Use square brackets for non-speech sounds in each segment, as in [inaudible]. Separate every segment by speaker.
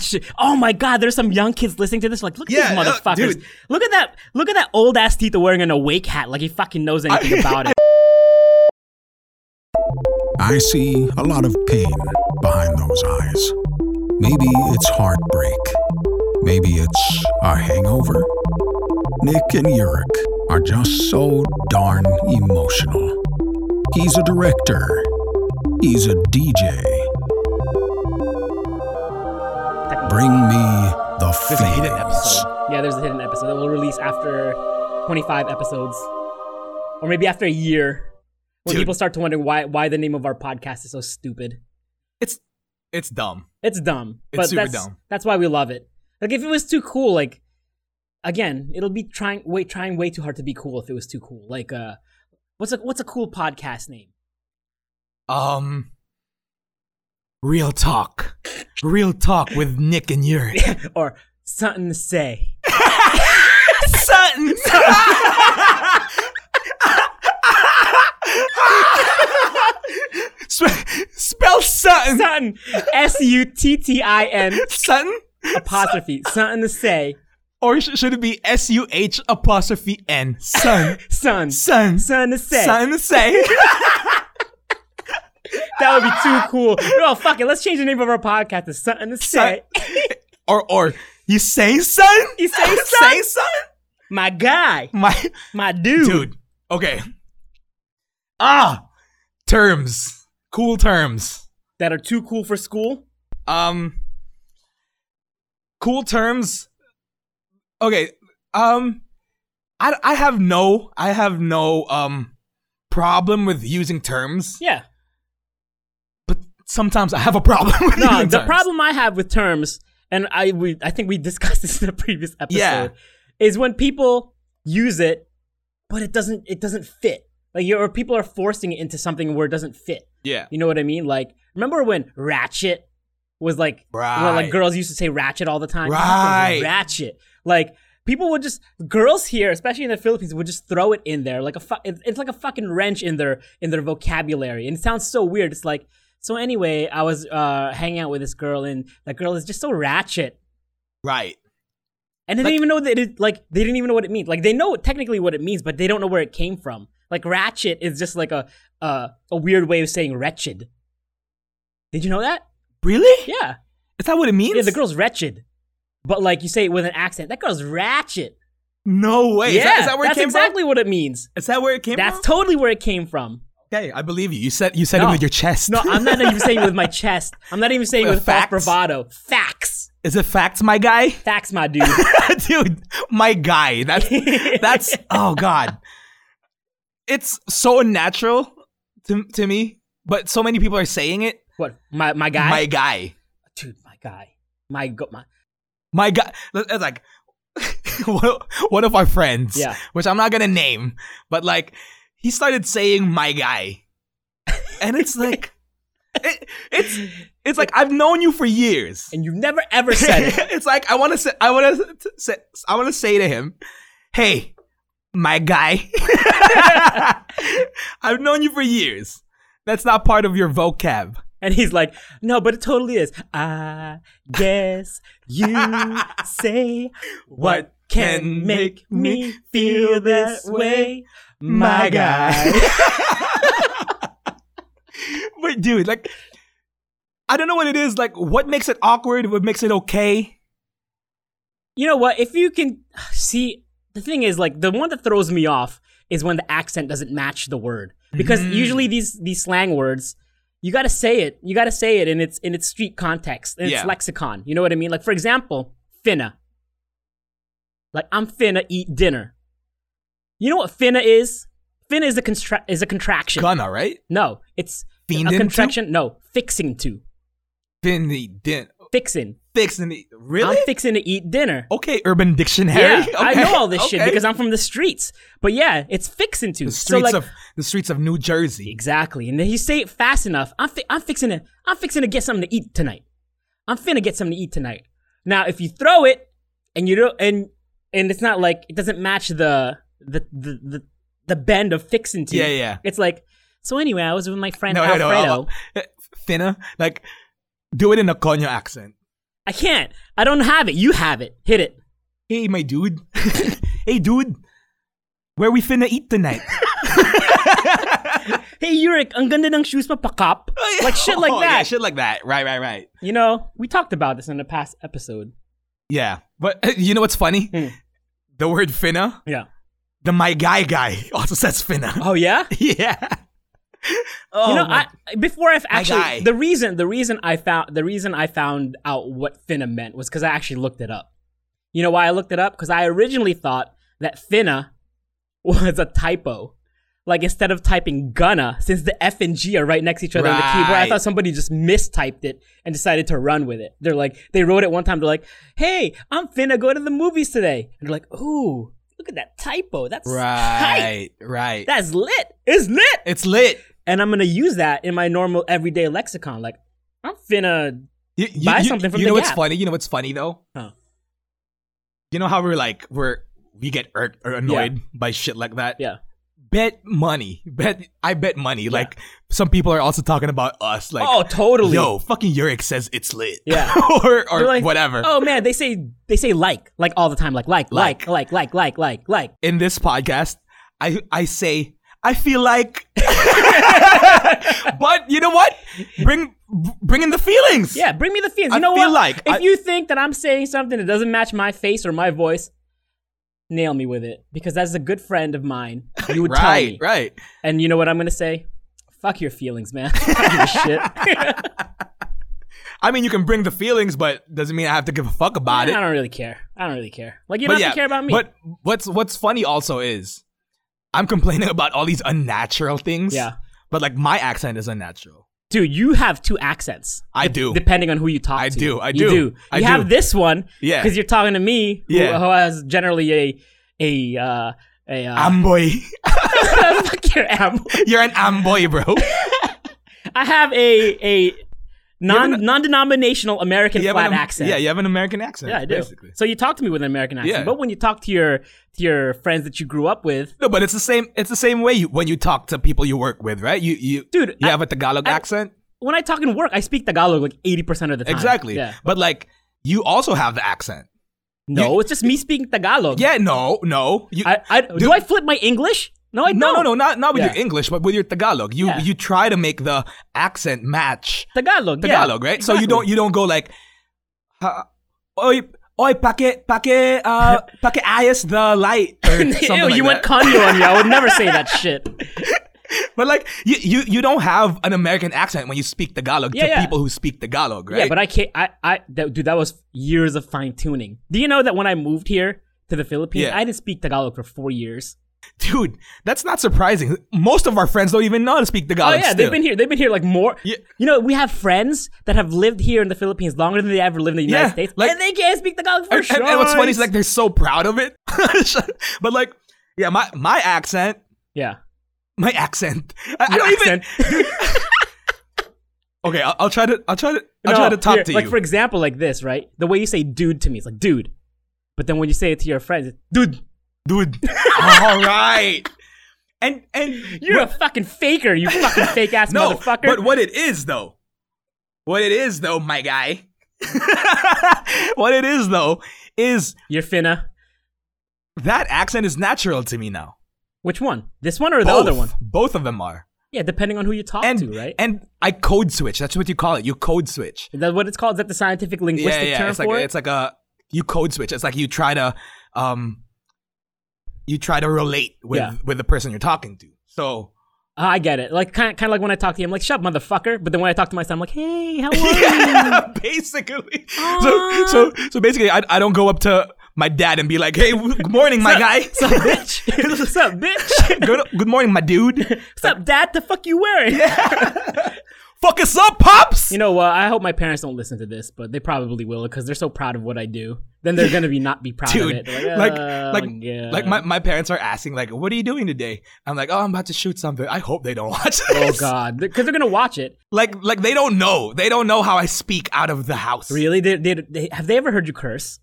Speaker 1: shit. Oh my god, there's some young kids listening to this. Like, look at
Speaker 2: Yeah,
Speaker 1: these
Speaker 2: uh,
Speaker 1: motherfuckers.
Speaker 2: dude.
Speaker 1: look at that. Look at that old ass Tito wearing an awake hat. Like he fucking knows anything about
Speaker 2: [laughs]
Speaker 1: it.
Speaker 3: I see a lot of pain behind those eyes. Maybe it's heartbreak. Maybe it's a hangover. Nick and Yurik are just so darn emotional. He's a director. He's a DJ. Bring me the
Speaker 1: There's a hidden
Speaker 3: feelings.
Speaker 1: episode. Yeah, there's a hidden episode that we'll release after 25 episodes, or maybe after a year, when
Speaker 2: Dude.
Speaker 1: people start to wonder why why the name of our podcast is so stupid.
Speaker 2: It's it's dumb.
Speaker 1: It's dumb.
Speaker 2: It's
Speaker 1: but
Speaker 2: super
Speaker 1: that's,
Speaker 2: dumb.
Speaker 1: That's why we love it. Like if it was too cool, like again, it'll be trying way trying way too hard to be cool if it was too cool. Like uh what's a what's a cool podcast name?
Speaker 2: Um, real talk, real talk with Nick
Speaker 1: [laughs]
Speaker 2: and Yuri.
Speaker 1: or something to say.
Speaker 2: Sutton. Spe- spell Sutton.
Speaker 1: Sutton S U T T I N
Speaker 2: Sutton.
Speaker 1: apostrophe. Something to say.
Speaker 2: Or sh- should it be S U H apostrophe N? Sun.
Speaker 1: Son.
Speaker 2: Sun.
Speaker 1: Son to say.
Speaker 2: Sun to say.
Speaker 1: That would be too cool. No, fuck it. Let's change the name of our podcast to something to say.
Speaker 2: or or you say sun?
Speaker 1: You say
Speaker 2: Say
Speaker 1: son?
Speaker 2: sun?
Speaker 1: My guy.
Speaker 2: My
Speaker 1: My dude.
Speaker 2: dude. Okay. Ah, terms. Cool terms.
Speaker 1: That are too cool for school.
Speaker 2: Um cool terms. Okay, um I I have no I have no um problem with using terms,
Speaker 1: Yeah.
Speaker 2: but sometimes I have a problem [laughs] with
Speaker 1: No,
Speaker 2: using
Speaker 1: the
Speaker 2: terms.
Speaker 1: problem I have with terms, and I we I think we discussed [laughs] this in the previous episode,
Speaker 2: Yeah.
Speaker 1: is when people use it, but it doesn't it doesn't fit. Like you're, or people are forcing it into something where it doesn't fit.
Speaker 2: Yeah.
Speaker 1: You know what I mean? Like remember when ratchet was like, well, like
Speaker 2: Right.
Speaker 1: girls used to say ratchet all the time.
Speaker 2: Right.
Speaker 1: ratchet. Like people would just girls here, especially in the Philippines, would just throw it in there like a fu- it's it's like a fucking wrench in their in their vocabulary, and it sounds so weird. It's like so. Anyway, I was uh, hanging out with this girl, and that girl is just so ratchet.
Speaker 2: Right.
Speaker 1: And they didn't even know that it like they didn't even know what it means. Like they know technically what it means, but they don't know where it came from. Like ratchet is just like a uh, a weird way of saying wretched. Did you know that?
Speaker 2: Really?
Speaker 1: Yeah.
Speaker 2: Is that what it means?
Speaker 1: Yeah, the girl's wretched. But like you say it with an accent, that girl's ratchet.
Speaker 2: No way.
Speaker 1: yeah,
Speaker 2: is that, is that where it
Speaker 1: that's
Speaker 2: came
Speaker 1: exactly what it means.
Speaker 2: from? Is that where it came
Speaker 1: That's
Speaker 2: from?
Speaker 1: totally where it came from.
Speaker 2: okay, I believe you. You said you said
Speaker 1: No.
Speaker 2: it with your chest.
Speaker 1: No, I'm not even saying it with my chest. I'm not even saying it
Speaker 2: With
Speaker 1: with false
Speaker 2: facts?
Speaker 1: bravado. Facts.
Speaker 2: [laughs] Is it facts, my guy?
Speaker 1: Facts, my
Speaker 2: [laughs]
Speaker 1: dude.
Speaker 2: Dude, my
Speaker 1: [laughs]
Speaker 2: guy. That's that's oh god. It's so unnatural to to me, but so many people are saying it.
Speaker 1: what? My my guy?
Speaker 2: My guy.
Speaker 1: dude, my guy. My go my
Speaker 2: My guy. It's like [laughs] one one of our friends,
Speaker 1: Yeah.
Speaker 2: which I'm not gonna name, but like he started saying my guy, and it's like it, it's it's like I've known you for years.
Speaker 1: and you've never ever
Speaker 2: [laughs]
Speaker 1: said it.
Speaker 2: it's like I want to say, I want to say, I want to say to him, "Hey, my guy, [laughs] I've known you for years. That's not part of your vocab."
Speaker 1: And he's like, no, but it totally is. I guess you [laughs] say what can make me feel this way, my guy.
Speaker 2: [laughs] but dude, like, I don't know what it is. Like, what makes it awkward? What makes it okay?
Speaker 1: You know what? If you can [sighs] see, the thing is, like, the one that throws me off is when the accent doesn't match the word. Because
Speaker 2: Mm.
Speaker 1: usually these these slang words, you gotta say it. You gotta say it in its in its street context, in
Speaker 2: Yeah.
Speaker 1: its lexicon. You know what I mean? Like, for example, finna. Like, I'm finna eat dinner. You know what finna is? Finna is a constra- is a contraction.
Speaker 2: Gonna right?
Speaker 1: No, it's
Speaker 2: Fiendin'
Speaker 1: a
Speaker 2: to?
Speaker 1: contraction. No, fixing to.
Speaker 2: Then the din
Speaker 1: Fixing.
Speaker 2: fixing the really.
Speaker 1: I'm fixing to eat dinner.
Speaker 2: okay, Urban Dictionary.
Speaker 1: Yeah, I
Speaker 2: Okay,
Speaker 1: know all this shit
Speaker 2: okay.
Speaker 1: because I'm from the streets. But yeah, it's fixing to.
Speaker 2: the streets
Speaker 1: so like,
Speaker 2: of the streets of New Jersey.
Speaker 1: exactly. And then you say it fast enough. I'm fi- I'm fixing to I'm fixing to get something to eat tonight. I'm finna get something to eat tonight. Now, if you throw it and you don't and and it's not like it doesn't match the the the the, the bend of fixing to.
Speaker 2: Yeah, yeah.
Speaker 1: It's like so. Anyway, I was with my friend
Speaker 2: No, eh, no,
Speaker 1: Alfredo.
Speaker 2: no, no. Finna, like, do it in a Konya accent.
Speaker 1: I can't. I don't have it. You have it. Hit it.
Speaker 2: Hey, my dude. [laughs] hey, dude. Where we finna eat [laughs] tonight?
Speaker 1: Hey, Yurik, ang ganda ng shoes mo,
Speaker 2: [laughs]
Speaker 1: pakap. Like shit like
Speaker 2: Oh,
Speaker 1: that.
Speaker 2: Yeah, shit like that. Right, right, right.
Speaker 1: You know, we talked about this in the past episode.
Speaker 2: Yeah. But [laughs] you know what's funny?
Speaker 1: Hmm.
Speaker 2: The word finna,
Speaker 1: Yeah.
Speaker 2: the my guy guy [laughs] also says finna.
Speaker 1: Oh yeah.
Speaker 2: yeah. Oh,
Speaker 1: you know,
Speaker 2: my-
Speaker 1: I, before I've actually
Speaker 2: guy.
Speaker 1: the reason the reason I found the reason I found out what finna meant was because I actually looked it up. You know why I looked it up? Because I originally thought that finna was a typo. Like instead of typing gonna, since the F and G are right next to each other on the keyboard, I
Speaker 2: Right.
Speaker 1: thought somebody just mistyped it and decided to run with it. They're like, they wrote it one time. They're like, "Hey, I'm finna go to the movies today," and they're like, "Ooh, look at that typo. That's tight.
Speaker 2: right, right.
Speaker 1: That's lit. It's lit."
Speaker 2: it's lit.
Speaker 1: and I'm gonna use that in my normal everyday lexicon. Like, I'm finna.
Speaker 2: You, you-
Speaker 1: Buy
Speaker 2: you-
Speaker 1: something from
Speaker 2: you
Speaker 1: the
Speaker 2: know what's
Speaker 1: Gap.
Speaker 2: funny? You know what's funny though?
Speaker 1: Huh.
Speaker 2: You know how we're like we're we get irked or annoyed by shit like that.
Speaker 1: Yeah.
Speaker 2: Bet money. Bet I bet money. Like some people are also talking about us. Like
Speaker 1: oh, totally.
Speaker 2: yo, fucking Yurik says it's lit.
Speaker 1: Yeah.
Speaker 2: [laughs] or or
Speaker 1: They're like,
Speaker 2: whatever.
Speaker 1: Oh man, they say they say like like all the time. Like like like like like like like like.
Speaker 2: In this podcast, I I say I feel like.
Speaker 1: [laughs]
Speaker 2: but you know what? Bring bring in the feelings.
Speaker 1: Yeah, bring me the feelings. You
Speaker 2: I
Speaker 1: know
Speaker 2: feel
Speaker 1: what?
Speaker 2: like
Speaker 1: if
Speaker 2: I-
Speaker 1: you think that I'm saying something that doesn't match my face or my voice, nail me with it because as a good friend of mine, you would tell
Speaker 2: Right.
Speaker 1: me.
Speaker 2: Right.
Speaker 1: And you know what I'm gonna say? Fuck your feelings, man. [laughs] Fuck your
Speaker 2: [laughs]
Speaker 1: shit.
Speaker 2: I mean, you can bring the feelings, but doesn't mean I have to give a fuck
Speaker 1: I
Speaker 2: about it.
Speaker 1: don't really care. I don't really care. Like you
Speaker 2: But
Speaker 1: don't have
Speaker 2: yeah,
Speaker 1: to care about me.
Speaker 2: But what's what's funny also is I'm complaining [laughs] about all these unnatural things.
Speaker 1: Yeah.
Speaker 2: But like my accent is unnatural.
Speaker 1: Dude, you have two accents.
Speaker 2: I do.
Speaker 1: depending on who you talk
Speaker 2: I
Speaker 1: to.
Speaker 2: do, I
Speaker 1: You
Speaker 2: do,
Speaker 1: do.
Speaker 2: I
Speaker 1: you
Speaker 2: do.
Speaker 1: have this one
Speaker 2: Yeah.
Speaker 1: because you're talking to me, who,
Speaker 2: Yeah.
Speaker 1: who has generally a a uh, a. Uh,
Speaker 2: Amboy. [laughs]
Speaker 1: [laughs] fuck your am.
Speaker 2: You're an amboy,
Speaker 1: [laughs]
Speaker 2: bro.
Speaker 1: I have a a non non denominational American
Speaker 2: You have
Speaker 1: flat
Speaker 2: an, Am-
Speaker 1: accent.
Speaker 2: Yeah, you have an American accent.
Speaker 1: Yeah, I do.
Speaker 2: Basically.
Speaker 1: So you talk to me with an American accent,
Speaker 2: Yeah.
Speaker 1: but when you talk to your to your friends that you grew up with,
Speaker 2: No, but it's the same. It's the same way you, when you talk to people you work with, right? You you
Speaker 1: Dude,
Speaker 2: You
Speaker 1: I-
Speaker 2: have a Tagalog
Speaker 1: I-
Speaker 2: accent.
Speaker 1: when I talk in work, I speak Tagalog like eighty percent of the time.
Speaker 2: Exactly.
Speaker 1: Yeah.
Speaker 2: But like you also have the accent.
Speaker 1: No, it's just me speaking Tagalog.
Speaker 2: Yeah. No. No. You,
Speaker 1: I, I do I flip my English? No, I
Speaker 2: no,
Speaker 1: don't.
Speaker 2: no, no, not not with
Speaker 1: Yeah.
Speaker 2: your English, but with your Tagalog. You
Speaker 1: Yeah.
Speaker 2: you try to make the accent match
Speaker 1: Tagalog. yeah.
Speaker 2: Tagalog, right? So you
Speaker 1: Exactly.
Speaker 2: don't you don't go like, "Ha- oi oi pake pake
Speaker 1: [laughs]
Speaker 2: uh pake ayos the light or something
Speaker 1: Ew,
Speaker 2: like
Speaker 1: Oh, you went
Speaker 2: that.
Speaker 1: Kanye on me. I would never say
Speaker 2: [laughs]
Speaker 1: that shit.
Speaker 2: but like you, you you don't have an American accent when you speak Tagalog
Speaker 1: Yeah,
Speaker 2: to
Speaker 1: yeah.
Speaker 2: people who speak Tagalog, right?
Speaker 1: Yeah, but I can't. I, I that, dude, that was years of fine tuning. Do you know that when I moved here to the Philippines,
Speaker 2: Yeah.
Speaker 1: I didn't speak Tagalog for four years.
Speaker 2: dude, that's not surprising. Most of our friends don't even know how to speak
Speaker 1: Oh
Speaker 2: Tagalog.
Speaker 1: yeah,
Speaker 2: still.
Speaker 1: they've been here. They've been here like more.
Speaker 2: Yeah.
Speaker 1: You know, we have friends that have lived here in the Philippines longer than they ever lived in the United
Speaker 2: Yeah,
Speaker 1: States,
Speaker 2: like-
Speaker 1: and they can't speak Tagalog for
Speaker 2: and,
Speaker 1: sure.
Speaker 2: and- and what's funny is like they're so proud of it, [laughs] but like yeah, my my accent
Speaker 1: yeah,
Speaker 2: my [laughs] accent. I, I
Speaker 1: Your
Speaker 2: don't even. okay, I'll, I'll try to. I'll try to. I'll
Speaker 1: No,
Speaker 2: try to talk
Speaker 1: here,
Speaker 2: to
Speaker 1: Like
Speaker 2: you.
Speaker 1: for example, like this, right? The way you say "dude" to me, it's like "dude," but then when you say it to your friends, it's, "dude."
Speaker 2: dude. [laughs] All right. And and
Speaker 1: You're a fucking faker, you
Speaker 2: [laughs]
Speaker 1: fucking fake ass
Speaker 2: no,
Speaker 1: motherfucker.
Speaker 2: but what it is though, what it is though, my guy. [laughs] what it is though is
Speaker 1: You're finna.
Speaker 2: that accent is natural to me now.
Speaker 1: Which one? This one or the
Speaker 2: Both,
Speaker 1: other one?
Speaker 2: Both of them are.
Speaker 1: Yeah, depending on who you talk
Speaker 2: And
Speaker 1: to, right?
Speaker 2: and I code switch. That's what you call it. You code switch.
Speaker 1: Is that what it's called? Is that the scientific linguistic term
Speaker 2: it's
Speaker 1: for
Speaker 2: like
Speaker 1: it?
Speaker 2: it's like a you code switch. It's like you try to um you try to relate with
Speaker 1: Yeah.
Speaker 2: with the person you're talking to. So
Speaker 1: Ah, I get it. Like kind, kind of like when I talk to you, I'm like, "Shut up, motherfucker!" But then when I talk to myself, I'm like, "Hey, how are
Speaker 2: [laughs]
Speaker 1: you?" [laughs]
Speaker 2: basically, so so so basically, I I don't go up to my dad and be like, "Hey, w- good morning, my guy."
Speaker 1: What's
Speaker 2: [laughs]
Speaker 1: up, bitch? What's up, bitch?
Speaker 2: good, good morning, my dude.
Speaker 1: What's up, dad? The fuck you wearing?
Speaker 2: Fuck us up, pops.
Speaker 1: You know what? I hope my parents don't listen to this, but they probably will because they're so proud of what I do. Then they're gonna be not be proud of it.
Speaker 2: Dude,
Speaker 1: They're
Speaker 2: like,
Speaker 1: "Oh,
Speaker 2: like,
Speaker 1: God."
Speaker 2: like my, my parents are asking, like, what are you doing today? I'm like, oh, I'm about to shoot something. I hope they don't [laughs] watch this.
Speaker 1: oh god, because they're gonna watch it.
Speaker 2: Like, like they don't know. They don't know how I speak out of the house.
Speaker 1: Really? They, they, they, have they ever heard you curse?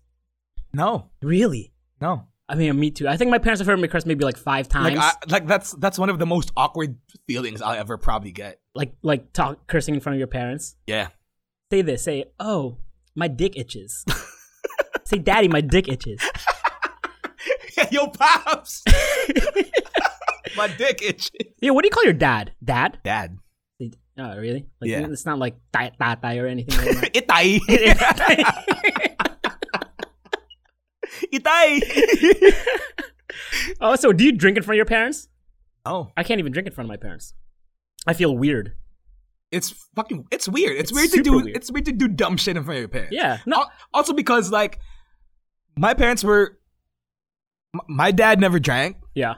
Speaker 2: No,
Speaker 1: Really?
Speaker 2: no.
Speaker 1: I mean, me too. I think my parents have heard me curse maybe like five times.
Speaker 2: Like, I, like that's that's one of the most awkward feelings I'll ever probably get.
Speaker 1: like like talk cursing in front of your parents.
Speaker 2: Yeah.
Speaker 1: Say this. Say, oh, My dick itches. Say, Daddy, my dick itches.
Speaker 2: [laughs] Yo,
Speaker 1: [laughs]
Speaker 2: pops. [laughs] My dick itches.
Speaker 1: Yeah, what do you call your dad? Dad? [laughs]
Speaker 2: Dad.
Speaker 1: Oh, really? Like,
Speaker 2: Yeah.
Speaker 1: It's not like tai- tata or anything like that.
Speaker 2: Itay.
Speaker 1: [laughs]
Speaker 2: [laughs] Itay.
Speaker 1: [laughs] oh, so do you drink in front of your parents?
Speaker 2: Oh,
Speaker 1: I can't even drink in front of my parents. I feel weird.
Speaker 2: it's fucking. It's weird. It's,
Speaker 1: It's
Speaker 2: weird to
Speaker 1: super
Speaker 2: do.
Speaker 1: weird.
Speaker 2: It's weird to do dumb shit in front of your parents.
Speaker 1: Yeah. No.
Speaker 2: Al- Also because like, my parents were. m- My dad never drank.
Speaker 1: Yeah.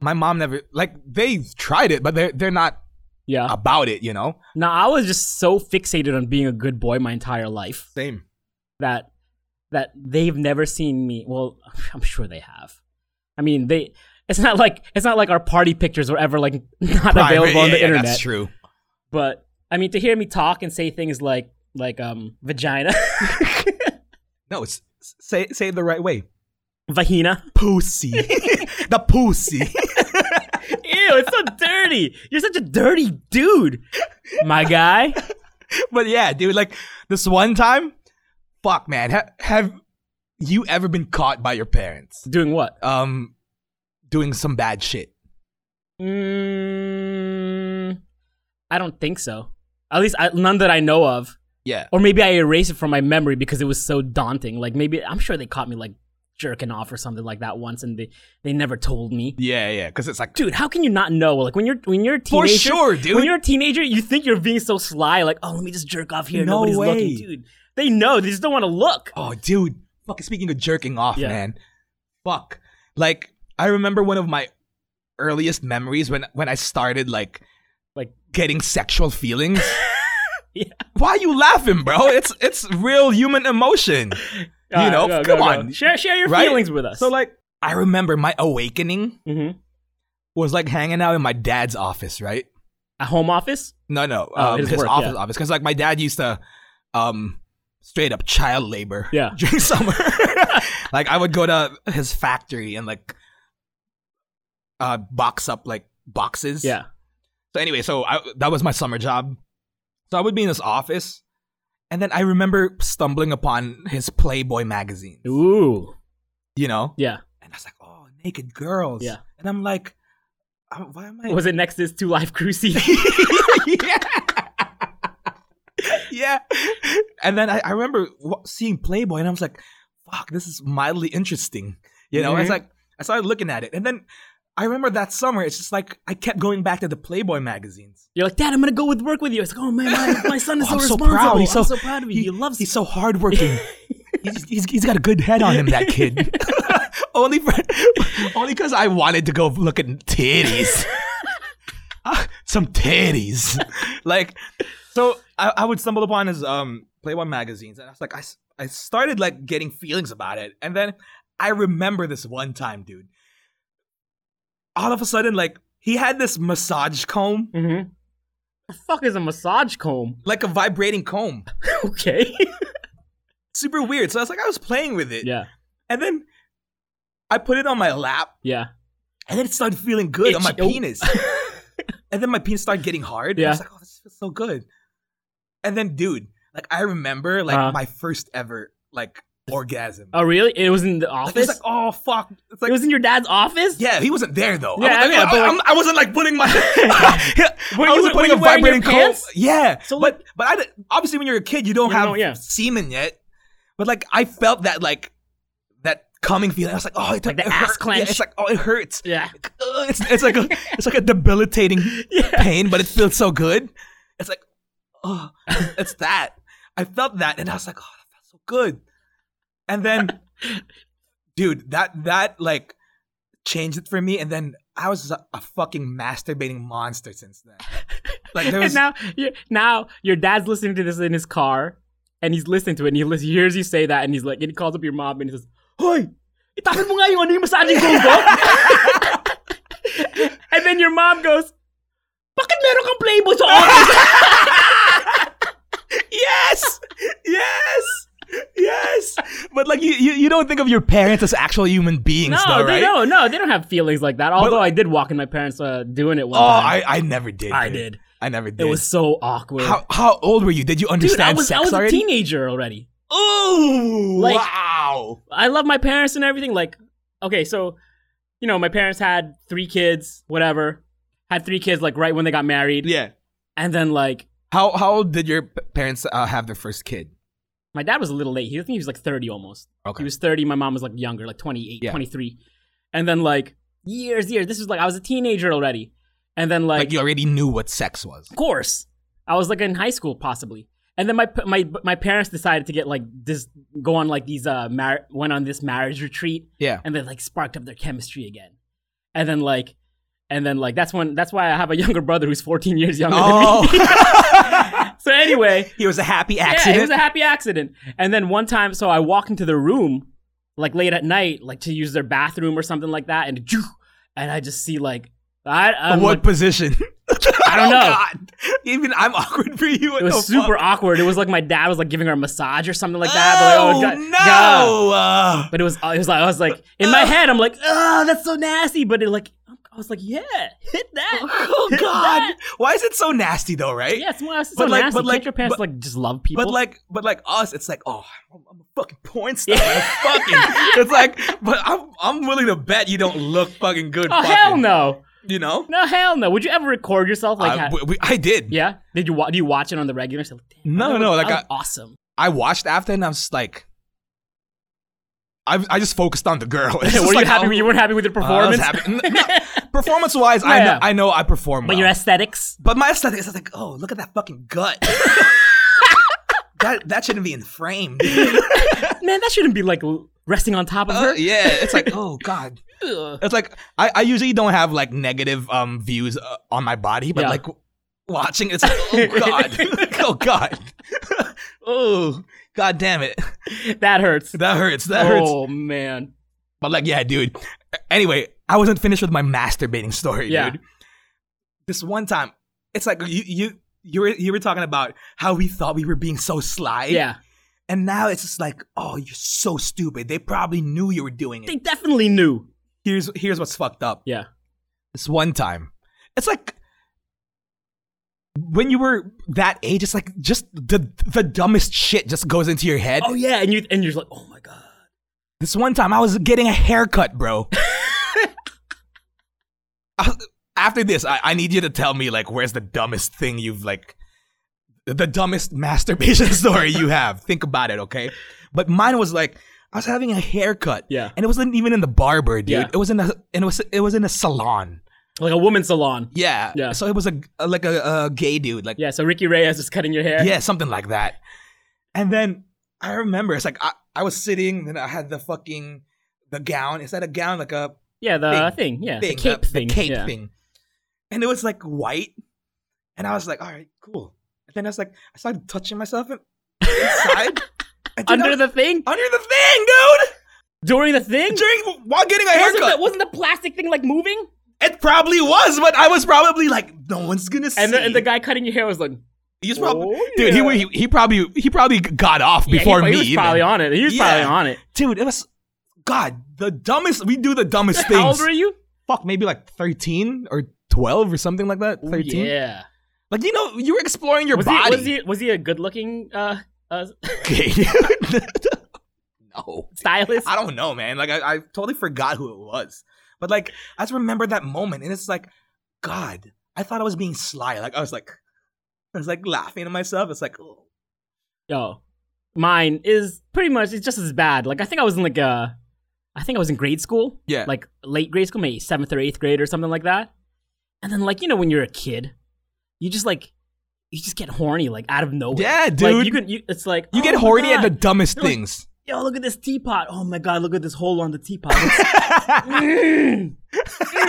Speaker 2: My mom never like they tried it, but they're they're not
Speaker 1: Yeah.
Speaker 2: about it. You know.
Speaker 1: Now I was just so fixated on being a good boy my entire life
Speaker 2: Same.
Speaker 1: that that they've never seen me. Well, [sighs] I'm sure they have. I mean, they. It's not like it's not like our party pictures were ever like [laughs] not available on the internet.
Speaker 2: That's true.
Speaker 1: But I mean, to hear me talk and say things like like um vagina, [laughs]
Speaker 2: No, it's say say it the right way. [laughs]
Speaker 1: vagina.
Speaker 2: Pussy. the pussy. [laughs]
Speaker 1: Ew, it's so dirty. You're such a dirty dude, my guy.
Speaker 2: but yeah, dude, like this one time, fuck, man, ha- have you ever been caught by your parents
Speaker 1: Doing what?
Speaker 2: um doing some bad shit?
Speaker 1: Mm, I don't think so. At least I, none that I know of.
Speaker 2: Yeah.
Speaker 1: or maybe I erased it from my memory because it was so daunting. Like maybe I'm sure they caught me like jerking off or something like that once, and they they never told me.
Speaker 2: Yeah, yeah, because it's like,
Speaker 1: Dude, how can you not know? Like when you're when you're a
Speaker 2: For
Speaker 1: teenager,
Speaker 2: sure, dude.
Speaker 1: When you're a teenager, you think you're being so sly. Like, oh, let me just jerk off here.
Speaker 2: No
Speaker 1: Nobody's
Speaker 2: way.
Speaker 1: looking, dude. They know. They just don't want to look.
Speaker 2: oh, dude, fucking speaking of jerking off,
Speaker 1: Yeah.
Speaker 2: man, fuck. Like, I remember one of my earliest memories when when I started like
Speaker 1: Like-
Speaker 2: getting sexual feelings.
Speaker 1: [laughs] Yeah.
Speaker 2: Why are you laughing, bro? It's it's real human emotion. You
Speaker 1: All right,
Speaker 2: know,
Speaker 1: go,
Speaker 2: come
Speaker 1: go, go.
Speaker 2: on.
Speaker 1: share share your
Speaker 2: Right?
Speaker 1: feelings with us.
Speaker 2: So like I remember my awakening
Speaker 1: hmm
Speaker 2: was like hanging out in my dad's office, right?
Speaker 1: a home office.
Speaker 2: No, no,
Speaker 1: Oh,
Speaker 2: um,
Speaker 1: his
Speaker 2: his,
Speaker 1: work,
Speaker 2: office,
Speaker 1: yeah.
Speaker 2: office. Because like my dad used to, um, straight up child labor.
Speaker 1: Yeah.
Speaker 2: [laughs] During summer, like I would go to his factory and like, uh, box up like boxes.
Speaker 1: Yeah,
Speaker 2: So anyway, so I, that was my summer job. So I would be in his office, and then I remember stumbling upon his Playboy magazine.
Speaker 1: ooh,
Speaker 2: You know,
Speaker 1: yeah.
Speaker 2: and I was like, oh, naked girls.
Speaker 1: Yeah.
Speaker 2: And I'm like, I'm- why am I?
Speaker 1: Was it next to his two life crew [laughs] season?
Speaker 2: [laughs] yeah. yeah. And then I, I remember wa- seeing Playboy and I was like, fuck, this is mildly interesting. You know,
Speaker 1: Mhm.
Speaker 2: it's like, I started looking at it. And then I remember that summer, it's just like, I kept going back to the Playboy magazines.
Speaker 1: You're like, Dad, I'm gonna go with work with you. It's like, oh man, my, my son is so
Speaker 2: Oh, I'm so
Speaker 1: responsible.
Speaker 2: proud. He's
Speaker 1: I'm
Speaker 2: so-
Speaker 1: so proud of you. he loves
Speaker 2: He's
Speaker 1: [laughs]
Speaker 2: so hardworking. he's, he's, he's got a good head on him, that kid. only for, only because I wanted to go look at titties.
Speaker 1: [laughs]
Speaker 2: Ah, some titties. like, so I, I would stumble upon his um Playboy magazines, and I was like, I, s- I started like getting feelings about it, and then I remember this one time, dude. All of a sudden, like he had this massage comb,
Speaker 1: Mm-hmm. The fuck is a massage comb? [laughs]
Speaker 2: like a vibrating comb,
Speaker 1: okay.
Speaker 2: super weird. So I was like, I was playing with it,
Speaker 1: yeah,
Speaker 2: and then I put it on my lap,
Speaker 1: yeah.
Speaker 2: and then it started feeling good on my
Speaker 1: Itchy- oh. [laughs]
Speaker 2: penis. and then my penis started getting hard. And I was
Speaker 1: Yeah.
Speaker 2: like, oh, this feels so good. And then, dude, like I remember like
Speaker 1: Uh-huh.
Speaker 2: my first ever like orgasm.
Speaker 1: Oh, really? It was in the office.
Speaker 2: Like, it's like, oh fuck. It's like
Speaker 1: it was in your dad's office.
Speaker 2: yeah, he wasn't there though.
Speaker 1: Yeah,
Speaker 2: I, was,
Speaker 1: yeah,
Speaker 2: I,
Speaker 1: but,
Speaker 2: I- I wasn't like putting
Speaker 1: [laughs]
Speaker 2: my. [laughs] I
Speaker 1: Were you-
Speaker 2: wasn't
Speaker 1: were
Speaker 2: putting
Speaker 1: you wearing your
Speaker 2: a vibrating comb.
Speaker 1: pants?
Speaker 2: Yeah,
Speaker 1: So,
Speaker 2: but but I didn't- obviously when you're a kid you don't
Speaker 1: You
Speaker 2: have
Speaker 1: don't- yeah.
Speaker 2: semen yet. But like I felt that like that coming feeling. I was like, oh, it,
Speaker 1: Like the
Speaker 2: it
Speaker 1: ass
Speaker 2: hurt.
Speaker 1: clench.
Speaker 2: Yeah, it's like oh, it hurts.
Speaker 1: Yeah.
Speaker 2: Ugh, it's it's like a it's like a debilitating
Speaker 1: [laughs]
Speaker 2: pain, but it feels so good. It's like, oh, it's that. I felt that, and I was like, oh, that felt so good. And then, dude, that that like changed it for me. And then I was a, a fucking masturbating monster since then. Like
Speaker 1: [laughs]
Speaker 2: there
Speaker 1: And
Speaker 2: was
Speaker 1: now, you now your dad's listening to this in his car, and he's listening to it, and he lis- he hears you say that, and he's like, and he calls up your mom, and he says, "Hoy, itapit mo nga yung ano yung massaging comb ko." [laughs] and then your mom goes, "Bakit meron kang playboy sa [laughs] office?"
Speaker 2: [laughs] yes, yes. Yes, but like you, you, you don't think of your parents as actual human beings,
Speaker 1: no,
Speaker 2: though,
Speaker 1: they
Speaker 2: right?
Speaker 1: don't. No, they don't have feelings like that. Although I did walk in my parents uh, doing it
Speaker 2: Oh,
Speaker 1: one time.
Speaker 2: I, I never did.
Speaker 1: I
Speaker 2: dude.
Speaker 1: did.
Speaker 2: I never did.
Speaker 1: It was so awkward.
Speaker 2: How how old were you? Did you
Speaker 1: Dude,
Speaker 2: understand
Speaker 1: I was
Speaker 2: sex
Speaker 1: I was
Speaker 2: already?
Speaker 1: a teenager already.
Speaker 2: Ooh!
Speaker 1: Like-
Speaker 2: wow!
Speaker 1: I love my parents and everything. Like, okay, so, you know, my parents had three kids, whatever. Had three kids, like, right when they got married.
Speaker 2: Yeah.
Speaker 1: And then, like,
Speaker 2: How how old did your p- parents uh, have their first kid?
Speaker 1: my dad was a little late. He, I think he was like 30 almost.
Speaker 2: Okay.
Speaker 1: He was 30. My mom was like younger, like 28,
Speaker 2: Yeah.
Speaker 1: 23. And then, like, years, years. This was like, I was a teenager already. And then,
Speaker 2: Like,
Speaker 1: like,
Speaker 2: you already knew what sex was.
Speaker 1: of course. I was like in high school possibly. And then my my my parents decided to get like this go on like these uh mar- went on this marriage retreat
Speaker 2: Yeah.
Speaker 1: and they like sparked up their chemistry again. And then like and then like that's when that's why I have a younger brother who's 14 years [laughs] younger than me.
Speaker 2: [laughs] Oh.
Speaker 1: [laughs] so anyway,
Speaker 2: he was a happy
Speaker 1: yeah,
Speaker 2: accident.
Speaker 1: it was a happy accident. And then one time, so I walk into their room, like late at night, like to use their bathroom or something like that, and and I just see like I I'm,
Speaker 2: what
Speaker 1: like,
Speaker 2: position?
Speaker 1: [laughs] I don't
Speaker 2: [laughs] Oh,
Speaker 1: know.
Speaker 2: God. Even I'm awkward for you. What
Speaker 1: It was
Speaker 2: the
Speaker 1: super
Speaker 2: fuck?
Speaker 1: awkward. It was like my dad was like giving her a massage or something like that.
Speaker 2: Oh,
Speaker 1: but, like, oh, God- God.
Speaker 2: no! Uh, [laughs]
Speaker 1: But it was it was like I was like in my head I'm like oh that's so nasty. But it like I was like yeah hit [laughs] that.
Speaker 2: [laughs] oh
Speaker 1: Hit
Speaker 2: God!
Speaker 1: that.
Speaker 2: Why is it so nasty though? Right?
Speaker 1: Yeah, it's more it's so
Speaker 2: But like-
Speaker 1: nasty.
Speaker 2: but like-
Speaker 1: Can't your parents
Speaker 2: but-
Speaker 1: like just love people?
Speaker 2: But like, but like us, it's like, oh, I'm, I'm a fucking porn star. I'm
Speaker 1: [laughs]
Speaker 2: fucking. It's like, but I'm I'm willing to bet you don't look fucking good.
Speaker 1: oh
Speaker 2: fucking,
Speaker 1: hell no,
Speaker 2: You know.
Speaker 1: no hell no. Would you ever record yourself like?
Speaker 2: I,
Speaker 1: ha-
Speaker 2: w- we- I did.
Speaker 1: yeah. Did you wa- do you watch it on the regular? So, like, Damn,
Speaker 2: No,
Speaker 1: that
Speaker 2: no,
Speaker 1: was-
Speaker 2: like,
Speaker 1: that was
Speaker 2: I-
Speaker 1: awesome.
Speaker 2: [laughs] I watched after and I was just like, I, I just focused on the girl.
Speaker 1: [laughs]
Speaker 2: [laughs] It's
Speaker 1: Were
Speaker 2: just
Speaker 1: you
Speaker 2: like,
Speaker 1: happy?
Speaker 2: oh,
Speaker 1: You weren't happy with your
Speaker 2: I was
Speaker 1: performance, [laughs]
Speaker 2: happy. performance wise, I,
Speaker 1: Yeah.
Speaker 2: know, I know I perform
Speaker 1: but
Speaker 2: well.
Speaker 1: your aesthetics.
Speaker 2: but my aesthetic is like, oh, look at that fucking
Speaker 1: [laughs]
Speaker 2: gut. that that shouldn't be in
Speaker 1: [laughs]
Speaker 2: frame. [laughs] dude.
Speaker 1: Man, that shouldn't be like l- resting on top of
Speaker 2: Uh,
Speaker 1: her.
Speaker 2: yeah, it's like, oh god.
Speaker 1: Ugh.
Speaker 2: It's like I, I usually don't have like negative um views uh, on my body, but
Speaker 1: Yeah.
Speaker 2: like w- watching it's like,
Speaker 1: [laughs]
Speaker 2: oh god, [laughs] oh god, [laughs] oh god damn it,
Speaker 1: That hurts.
Speaker 2: that hurts, that hurts.
Speaker 1: Oh man.
Speaker 2: But like, yeah, dude. Anyway, I wasn't finished with my masturbating story,
Speaker 1: Yeah.
Speaker 2: dude. This one time, it's like you you you were you were talking about how we thought we were being so sly.
Speaker 1: Yeah.
Speaker 2: And now it's just like, oh, you're so stupid. They probably knew you were doing it.
Speaker 1: They definitely knew.
Speaker 2: Here's here's what's fucked up.
Speaker 1: Yeah.
Speaker 2: This one time. It's like when you were that age, it's like just the the dumbest shit just goes into your head.
Speaker 1: Oh yeah, and you and you're like, oh my god.
Speaker 2: This one time I was getting a
Speaker 1: [laughs]
Speaker 2: haircut, bro. I- After this, I, I need you to tell me like where's the dumbest thing you've like the dumbest [laughs] masturbation story you have. Think about it, okay? But mine was like I was having a haircut.
Speaker 1: Yeah.
Speaker 2: And it wasn't even in the barber, dude.
Speaker 1: Yeah.
Speaker 2: It was in a and it was it was in a salon.
Speaker 1: Like a woman's salon.
Speaker 2: Yeah.
Speaker 1: Yeah.
Speaker 2: So it was a, a- like a, a gay dude, like
Speaker 1: Yeah, so Ricky Reyes is cutting your hair.
Speaker 2: yeah, something like that. And then I remember it's like I, I was sitting, then I had the fucking the gown. Is that a gown like a
Speaker 1: Yeah, the thing. Yeah. the cape
Speaker 2: the,
Speaker 1: thing.
Speaker 2: The cape
Speaker 1: yeah.
Speaker 2: thing. And it was like white. And I was like, all right, cool. And then I was like, I started touching myself in-
Speaker 1: [laughs]
Speaker 2: inside. And dude, I
Speaker 1: Under
Speaker 2: was-
Speaker 1: the thing?
Speaker 2: under the thing, dude!
Speaker 1: During the thing?
Speaker 2: During while getting a
Speaker 1: wasn't,
Speaker 2: haircut.
Speaker 1: the, wasn't the plastic thing like moving?
Speaker 2: it probably was, but I was probably like, no one's gonna see.
Speaker 1: And the, and the guy cutting your hair was like
Speaker 2: he was probably,
Speaker 1: Oh,
Speaker 2: dude.
Speaker 1: yeah.
Speaker 2: He, he he probably he probably got off
Speaker 1: Yeah,
Speaker 2: before
Speaker 1: he,
Speaker 2: me.
Speaker 1: He was
Speaker 2: even.
Speaker 1: probably on it. He was
Speaker 2: Yeah.
Speaker 1: probably on it.
Speaker 2: dude, it was God, the dumbest. We do the dumbest
Speaker 1: [laughs]
Speaker 2: things.
Speaker 1: How old were you?
Speaker 2: Fuck, maybe like thirteen or twelve or something like that.
Speaker 1: Ooh,
Speaker 2: Thirteen.
Speaker 1: Yeah.
Speaker 2: Like you know, you were exploring your
Speaker 1: Was he,
Speaker 2: body.
Speaker 1: was he was he a good looking uh, uh
Speaker 2: [laughs] Okay. [laughs] no,
Speaker 1: stylist?
Speaker 2: I don't know, man. Like I, I totally forgot who it was, but like I just remember that moment, and it's like, God, I thought I was being sly. Like I was like, I was like laughing to myself. It's like, oh.
Speaker 1: Yo, mine is pretty much it's just as bad. Like I think I was in like uh, I think I was in grade school.
Speaker 2: Yeah.
Speaker 1: Like late grade school, maybe seventh or eighth grade or something like that. And then like you know when you're a kid, you just like you just get horny like out of nowhere.
Speaker 2: Yeah,
Speaker 1: Like,
Speaker 2: dude.
Speaker 1: you can you, it's like
Speaker 2: you
Speaker 1: oh
Speaker 2: get
Speaker 1: my
Speaker 2: horny at
Speaker 1: God.
Speaker 2: the dumbest
Speaker 1: You're like-
Speaker 2: things.
Speaker 1: yo look at this teapot. Oh my god, look at this hole on the teapot. It's-
Speaker 2: [laughs]
Speaker 1: Mm.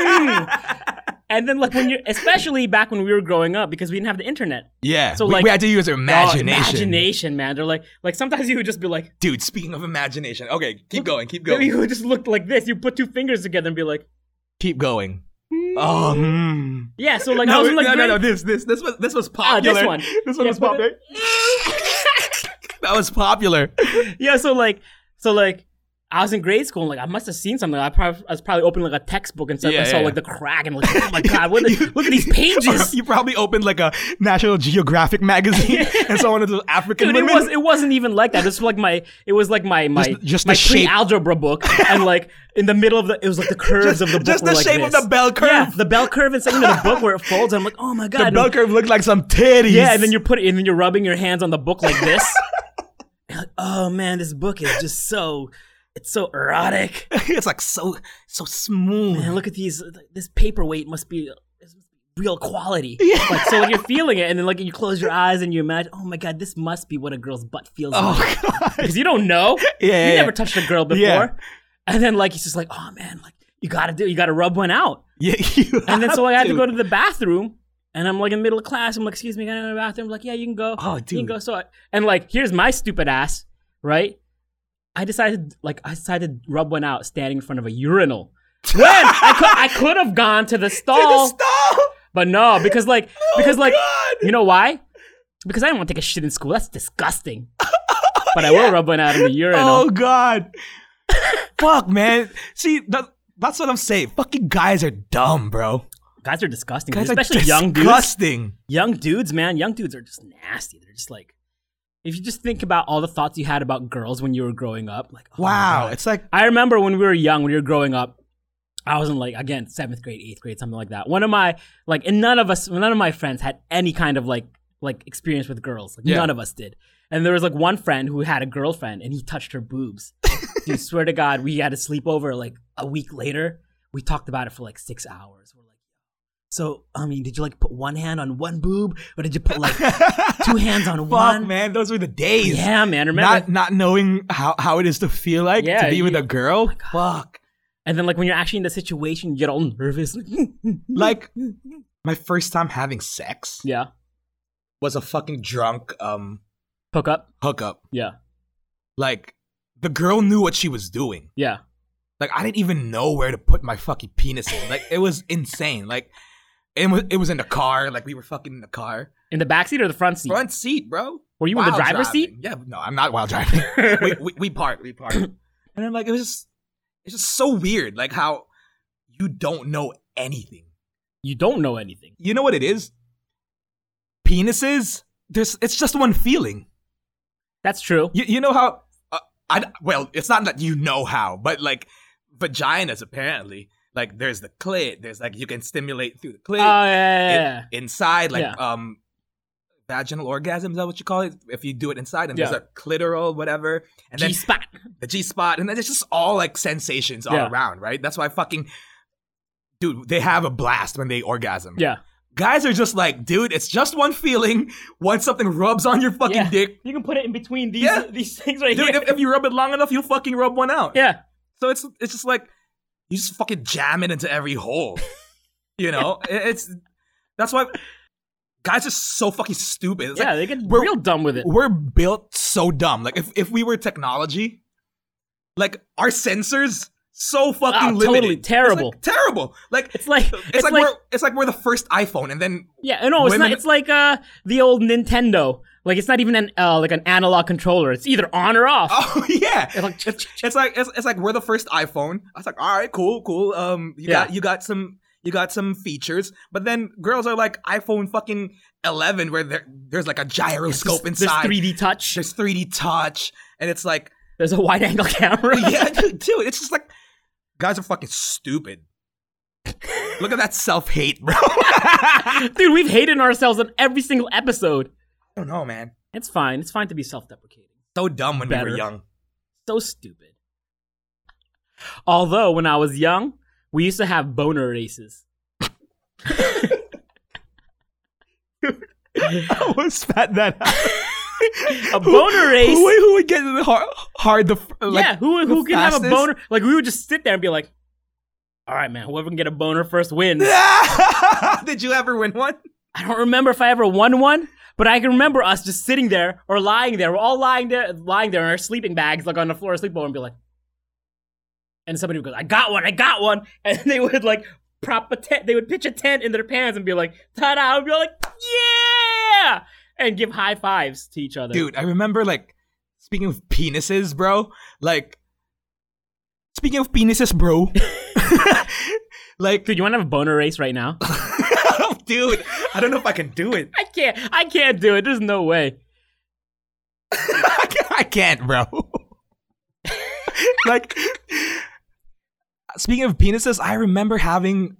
Speaker 1: Mm. And then like when you're especially back when we were growing up because we didn't have the internet.
Speaker 2: yeah,
Speaker 1: So,
Speaker 2: we,
Speaker 1: like-
Speaker 2: we had to use our
Speaker 1: Oh,
Speaker 2: imagination.
Speaker 1: imagination, man. They're like like sometimes you would just be like
Speaker 2: Dude, speaking of imagination, okay, keep going, keep
Speaker 1: Maybe [laughs]
Speaker 2: going,
Speaker 1: you would just look like this. You put two fingers together and be like,
Speaker 2: keep going. Oh, mm.
Speaker 1: yeah. So like, I
Speaker 2: no,
Speaker 1: Hmm. was in, like,
Speaker 2: no, no,
Speaker 1: grade-
Speaker 2: no, this, this, this was, this was
Speaker 1: Ah,
Speaker 2: popular.
Speaker 1: this one.
Speaker 2: this one
Speaker 1: Yeah,
Speaker 2: was
Speaker 1: but- [laughs]
Speaker 2: popular. that was popular.
Speaker 1: yeah. So like, so like, I was in grade school and like I must have seen something. I, probably, I was probably opening like a textbook and stuff.
Speaker 2: Yeah,
Speaker 1: I saw
Speaker 2: yeah,
Speaker 1: like the
Speaker 2: yeah.
Speaker 1: crack and like, oh
Speaker 2: [laughs]
Speaker 1: my god, what the, look at these pages.
Speaker 2: you probably opened like a National Geographic magazine
Speaker 1: [laughs]
Speaker 2: and saw one of those African
Speaker 1: Dude, it
Speaker 2: women.
Speaker 1: was it wasn't even like that. This was like my it was like my my
Speaker 2: Just- just
Speaker 1: my
Speaker 2: the shape.
Speaker 1: pre-algebra book, and like in the middle of the it was like the curves of the book.
Speaker 2: just
Speaker 1: were
Speaker 2: the
Speaker 1: like
Speaker 2: shape of
Speaker 1: this.
Speaker 2: the bell curve.
Speaker 1: Yeah, the bell curve and second of the book where it folds. And I'm like, oh my god.
Speaker 2: the
Speaker 1: and-
Speaker 2: bell curve looked like some titties.
Speaker 1: yeah, and then you put it, and then you're rubbing your hands on the book like this. You're like, oh man, this book is just so it's so erotic.
Speaker 2: [laughs] it's like so so smooth.
Speaker 1: And look at these. This paperweight must be. this must be Real
Speaker 2: [laughs]
Speaker 1: quality, like so. Like you're feeling it, and then like you close your eyes and you imagine, oh my god, this must be what a girl's butt feels like.
Speaker 2: [laughs] Oh god.
Speaker 1: because you don't know.
Speaker 2: yeah,
Speaker 1: you
Speaker 2: yeah.
Speaker 1: never touched a girl before.
Speaker 2: Yeah.
Speaker 1: And then like he's just like, oh man, like you gotta do, you gotta rub one out.
Speaker 2: Yeah, [laughs] you
Speaker 1: And then so like, I had to
Speaker 2: dude.
Speaker 1: go to the bathroom, and I'm like in the middle of class. I'm like, excuse me, can I go to the bathroom? like, yeah, you can go.
Speaker 2: Oh,
Speaker 1: you can
Speaker 2: dude.
Speaker 1: go. So I, and like, here's my stupid ass, right? I decided like I decided to rub one out standing in front of a urinal. When
Speaker 2: [laughs]
Speaker 1: I could I could have gone to the
Speaker 2: Dude, the
Speaker 1: stall,
Speaker 2: stall. Oh,
Speaker 1: but no, because
Speaker 2: [laughs]
Speaker 1: like because like
Speaker 2: God.
Speaker 1: you know why? Because I didn't want to take a shit in school. That's disgusting. But
Speaker 2: [laughs]
Speaker 1: I will rub one out in the urinal.
Speaker 2: Oh god. Fuck, man. See, that, that's what I'm saying. Fucking guys are dumb, bro.
Speaker 1: Guys are disgusting,
Speaker 2: Guys
Speaker 1: especially
Speaker 2: are
Speaker 1: young dudes.
Speaker 2: disgusting.
Speaker 1: Young dudes, man, young dudes are just nasty. They're just like, if you just think about all the thoughts you had about girls when you were growing up, like, oh my
Speaker 2: Wow,
Speaker 1: God.
Speaker 2: it's like [laughs]
Speaker 1: I remember when we were young, when you were growing up, I was in like again seventh grade, eighth grade, something like that. One of my like, and none of us, none of my friends had any kind of like like experience with girls. Like
Speaker 2: Yeah.
Speaker 1: none of us did. And there was like one friend who had a girlfriend, and he touched her
Speaker 2: [laughs]
Speaker 1: boobs. Dude, swear to God, we had a sleepover like a week later. We talked about it for like six hours. We're like, so I mean, did you like put one hand on one boob, or did you put like
Speaker 2: [laughs]
Speaker 1: two hands on
Speaker 2: fuck,
Speaker 1: one?
Speaker 2: man. Those were the days.
Speaker 1: Yeah, man. Remember
Speaker 2: Not not knowing how, how it is to feel like
Speaker 1: Yeah,
Speaker 2: to be with
Speaker 1: you- Oh
Speaker 2: a girl. fuck.
Speaker 1: And then like when you're actually in the situation, you get all nervous. [laughs]
Speaker 2: Like my first time having sex
Speaker 1: yeah,
Speaker 2: was a fucking drunk um
Speaker 1: hook up.
Speaker 2: hookup.
Speaker 1: Yeah,
Speaker 2: Like the girl knew what she was doing.
Speaker 1: yeah.
Speaker 2: Like I didn't even know where to put my fucking penis in. Like it was insane. Like it was it was in the car. Like we were fucking in the car.
Speaker 1: In the back seat or the front seat?
Speaker 2: Front seat, bro.
Speaker 1: Were you in the
Speaker 2: While
Speaker 1: driver's
Speaker 2: driving. Yeah, no, I'm not while driving. [laughs] we, we we parked, we
Speaker 1: [coughs]
Speaker 2: parked. And then like it was just it's just so weird, like how you don't know anything.
Speaker 1: [laughs] You don't know anything.
Speaker 2: You know what it is? Penises. There's it's just one feeling.
Speaker 1: That's true.
Speaker 2: You you know how? Uh, I well, it's not that you know how, but like vaginas apparently. Like there's the clit. There's like you can stimulate through the
Speaker 1: Oh
Speaker 2: clit.
Speaker 1: yeah, yeah, yeah.
Speaker 2: in- inside, like
Speaker 1: Yeah.
Speaker 2: um, vaginal orgasm. Is that what you call it? If you do it inside, and
Speaker 1: Yeah.
Speaker 2: there's a clitoral whatever, and then
Speaker 1: G spot.
Speaker 2: the G spot, and then it's just all like sensations all
Speaker 1: Yeah.
Speaker 2: around, right? That's why fucking dude, they have a blast when they orgasm.
Speaker 1: Yeah.
Speaker 2: Guys are just like, dude, it's just one feeling. Once something rubs on your fucking
Speaker 1: Yeah. [laughs]
Speaker 2: dick,
Speaker 1: You can put it in between these
Speaker 2: Yeah.
Speaker 1: these things right
Speaker 2: dude,
Speaker 1: here.
Speaker 2: if, if you rub it long enough, you'll fucking rub one out.
Speaker 1: yeah.
Speaker 2: So it's it's just like you just fucking jam it into every hole.
Speaker 1: [laughs]
Speaker 2: You know, It- it's that's why guys are so fucking stupid. It's
Speaker 1: yeah,
Speaker 2: like,
Speaker 1: they get
Speaker 2: we're-
Speaker 1: real dumb with it.
Speaker 2: we're built so dumb. Like if if we were technology, like our sensors so fucking
Speaker 1: Oh,
Speaker 2: limited.
Speaker 1: totally
Speaker 2: It's, like,
Speaker 1: terrible.
Speaker 2: terrible. Like
Speaker 1: It's
Speaker 2: [laughs]
Speaker 1: like
Speaker 2: it's, like, we're it's like we're the first iPhone, and then [laughs]
Speaker 1: yeah, no, it's
Speaker 2: women-
Speaker 1: not it's like uh the old Nintendo. Like it's not even an uh, like an analog controller. It's either on or off.
Speaker 2: oh yeah,
Speaker 1: It's like
Speaker 2: [laughs] it's like it's, it's like we're the first iPhone. I was like, all right, cool, cool. Um, you
Speaker 1: Yeah.
Speaker 2: got you got some you got some features, but then girls are like iPhone fucking eleven, where there, there's like a gyroscope
Speaker 1: there's
Speaker 2: inside.
Speaker 1: 3D touch.
Speaker 2: There's 3D touch, and
Speaker 1: [laughs]
Speaker 2: it's like,
Speaker 1: There's a wide angle camera.
Speaker 2: yeah, [laughs] dude, dude, it's just like guys are fucking stupid. Look at that self hate, bro. [laughs] I
Speaker 1: Dude, we've hated ourselves on every single episode.
Speaker 2: don't know, man.
Speaker 1: It's fine. It's fine to be self-deprecating.
Speaker 2: So dumb when we
Speaker 1: Better.
Speaker 2: were
Speaker 1: [laughs]
Speaker 2: young.
Speaker 1: so stupid. Although when I was young, we used to have boner races.
Speaker 2: I was spat [laughs] that out.
Speaker 1: [laughs] A boner race.
Speaker 2: Who, who would get the hard, hard the f- like,
Speaker 1: yeah, who who
Speaker 2: the
Speaker 1: can have a
Speaker 2: fastest?
Speaker 1: boner? Like we would just sit there and be like, "All right, man, whoever can get a boner first wins."
Speaker 2: [laughs] Did you ever win one?
Speaker 1: I don't remember if I ever won one, but I can remember us just sitting there or lying there. We're all lying there, lying there in our sleeping bags, like on the floor, sleepover, and be like, and somebody would go, "I got one, I got one," [laughs] and they would like prop a tent, they would pitch a tent in their pants and be like, "Ta-da!" and be like, "Yeah!" and give high fives to each other.
Speaker 2: Dude, I remember like speaking of penises, bro. Like Speaking of penises, [laughs] bro. like,
Speaker 1: Dude, you want to have a boner race right [laughs] now? I
Speaker 2: [laughs] dude, I don't know if I can do [laughs] it.
Speaker 1: can't. I can't do it. There's no way.
Speaker 2: I can't, bro. like, speaking of penises, I remember having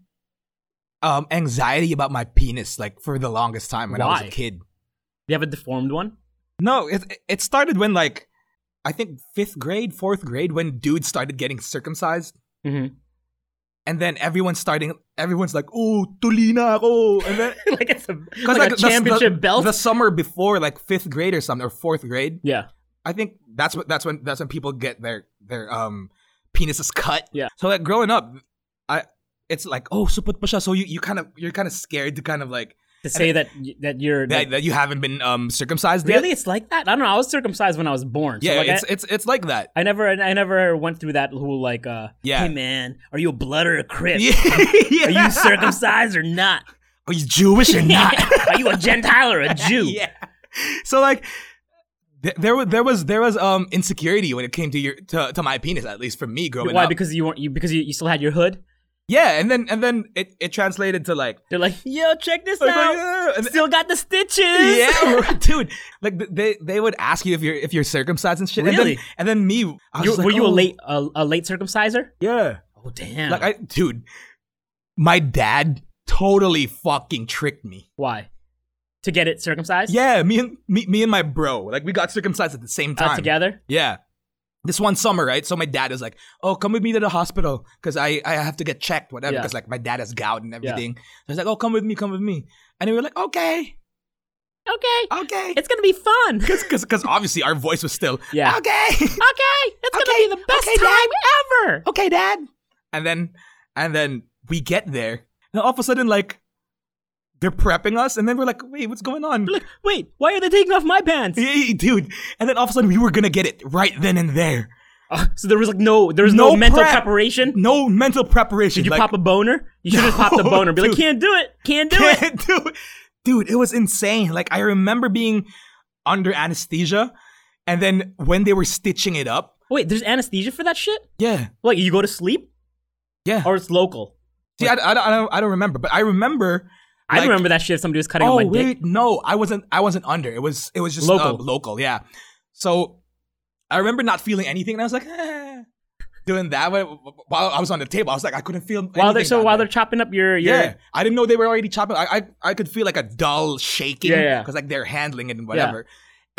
Speaker 2: um anxiety about my penis like for the longest time when I was
Speaker 1: Why?
Speaker 2: a kid.
Speaker 1: Do you have a deformed one?
Speaker 2: No, it it started when like I think fifth grade, fourth grade, when dudes started getting circumcised,
Speaker 1: Mm-hmm.
Speaker 2: and then everyone's starting. Everyone's like, "Oh, tulina ako," and then
Speaker 1: [laughs] like it's a, like
Speaker 2: because
Speaker 1: a championship [laughs] belt.
Speaker 2: the summer before, like fifth grade or something, or fourth grade.
Speaker 1: yeah.
Speaker 2: I think that's what that's when that's when people get their their um penises cut.
Speaker 1: Yeah.
Speaker 2: So like growing up, I it's like oh suput pa siya. So you you kind of you're kind of scared to kind of like
Speaker 1: To say that y- that you're
Speaker 2: that,
Speaker 1: like-
Speaker 2: that you haven't been um circumcised
Speaker 1: really,
Speaker 2: yet.
Speaker 1: it's like that. I don't know. I was circumcised when I was born. So
Speaker 2: Yeah,
Speaker 1: like,
Speaker 2: it's
Speaker 1: I,
Speaker 2: it's it's like that.
Speaker 1: I never, I never went through that whole like, uh,
Speaker 2: Yeah.
Speaker 1: hey man, are you a blood or a crip?
Speaker 2: Yeah.
Speaker 1: Are
Speaker 2: [laughs] yeah.
Speaker 1: you circumcised or not?
Speaker 2: [laughs] Are you Jewish
Speaker 1: [laughs]
Speaker 2: or not?
Speaker 1: are you a Gentile
Speaker 2: [laughs]
Speaker 1: or a [laughs] Jew?
Speaker 2: yeah. So like th- there was there was there was um insecurity when it came to your to, to my penis at least for me growing
Speaker 1: Why?
Speaker 2: up.
Speaker 1: Because you weren't you because you, you still had your hood.
Speaker 2: yeah, and then and then it, it translated to like
Speaker 1: They're like, yo, check this
Speaker 2: like,
Speaker 1: out.
Speaker 2: "Yeah," and-
Speaker 1: still got the stitches.
Speaker 2: [laughs] Yeah, dude. Like th- they they would ask you if you're if you're circumcised and shit. And
Speaker 1: Really?
Speaker 2: then, and then me, I
Speaker 1: You,
Speaker 2: was just like,
Speaker 1: were you a
Speaker 2: "Oh,
Speaker 1: late a, a late circumciser?
Speaker 2: Yeah.
Speaker 1: Oh damn!
Speaker 2: Like I, dude, my dad totally fucking tricked me.
Speaker 1: Why? To get it circumcised?
Speaker 2: Yeah, me and me, me and my bro, like we got circumcised at the same
Speaker 1: Uh,
Speaker 2: time.
Speaker 1: together.
Speaker 2: Yeah. This one summer, right? So my dad is like, "Oh, come with me to the hospital because I, I have to get checked, whatever."
Speaker 1: Yeah.
Speaker 2: Because like my dad has gout and everything. So he's like, "Oh, come with me, come with me," and we were like, "Okay,
Speaker 1: Okay.
Speaker 2: okay," [laughs]
Speaker 1: It's gonna be fun. okay.
Speaker 2: because obviously our voice was still
Speaker 1: Yeah.
Speaker 2: okay. [laughs]
Speaker 1: It's gonna
Speaker 2: Okay,
Speaker 1: be the best
Speaker 2: okay,
Speaker 1: time
Speaker 2: Dad.
Speaker 1: ever.
Speaker 2: okay, dad. And then and then we get there. And all of a sudden, like they're prepping us, and then we're like, wait, what's going on? [laughs]
Speaker 1: Look, wait. Why are they taking off my pants?
Speaker 2: Yeah, yeah, dude. And then all of a sudden we were gonna get it right then and there.
Speaker 1: Uh, [laughs] so there was like no, there was no,
Speaker 2: No
Speaker 1: mental
Speaker 2: prep.
Speaker 1: preparation.
Speaker 2: No mental preparation.
Speaker 1: Did you
Speaker 2: like,
Speaker 1: pop a boner? You should have popped a
Speaker 2: No,
Speaker 1: boner. Be like,
Speaker 2: dude.
Speaker 1: can't do it. Can't do
Speaker 2: [laughs]
Speaker 1: it.
Speaker 2: can't do it. Dude, it was insane. Like I remember being under anesthesia, and then when they were stitching it up.
Speaker 1: Wait, there's anesthesia for that shit.
Speaker 2: Yeah.
Speaker 1: Like you go to sleep
Speaker 2: Yeah.
Speaker 1: or it's local.
Speaker 2: See, I, I, don't- I don't I don't remember, but I remember
Speaker 1: I
Speaker 2: like,
Speaker 1: remember that shit if somebody was cutting
Speaker 2: Oh
Speaker 1: on my dick.
Speaker 2: wait, no, I wasn't. I wasn't under. It was. It was just
Speaker 1: Local.
Speaker 2: local. local, yeah. So I remember not feeling anything, and I was like, [laughs] eh, doing that when- while I was on the table. I was like, I couldn't feel.
Speaker 1: While they're
Speaker 2: anything
Speaker 1: so
Speaker 2: down
Speaker 1: while
Speaker 2: there.
Speaker 1: they're chopping up your your
Speaker 2: yeah, I didn't know they were already chopping. I I, I could feel like a dull shaking
Speaker 1: Yeah, yeah.
Speaker 2: like they're handling it and whatever.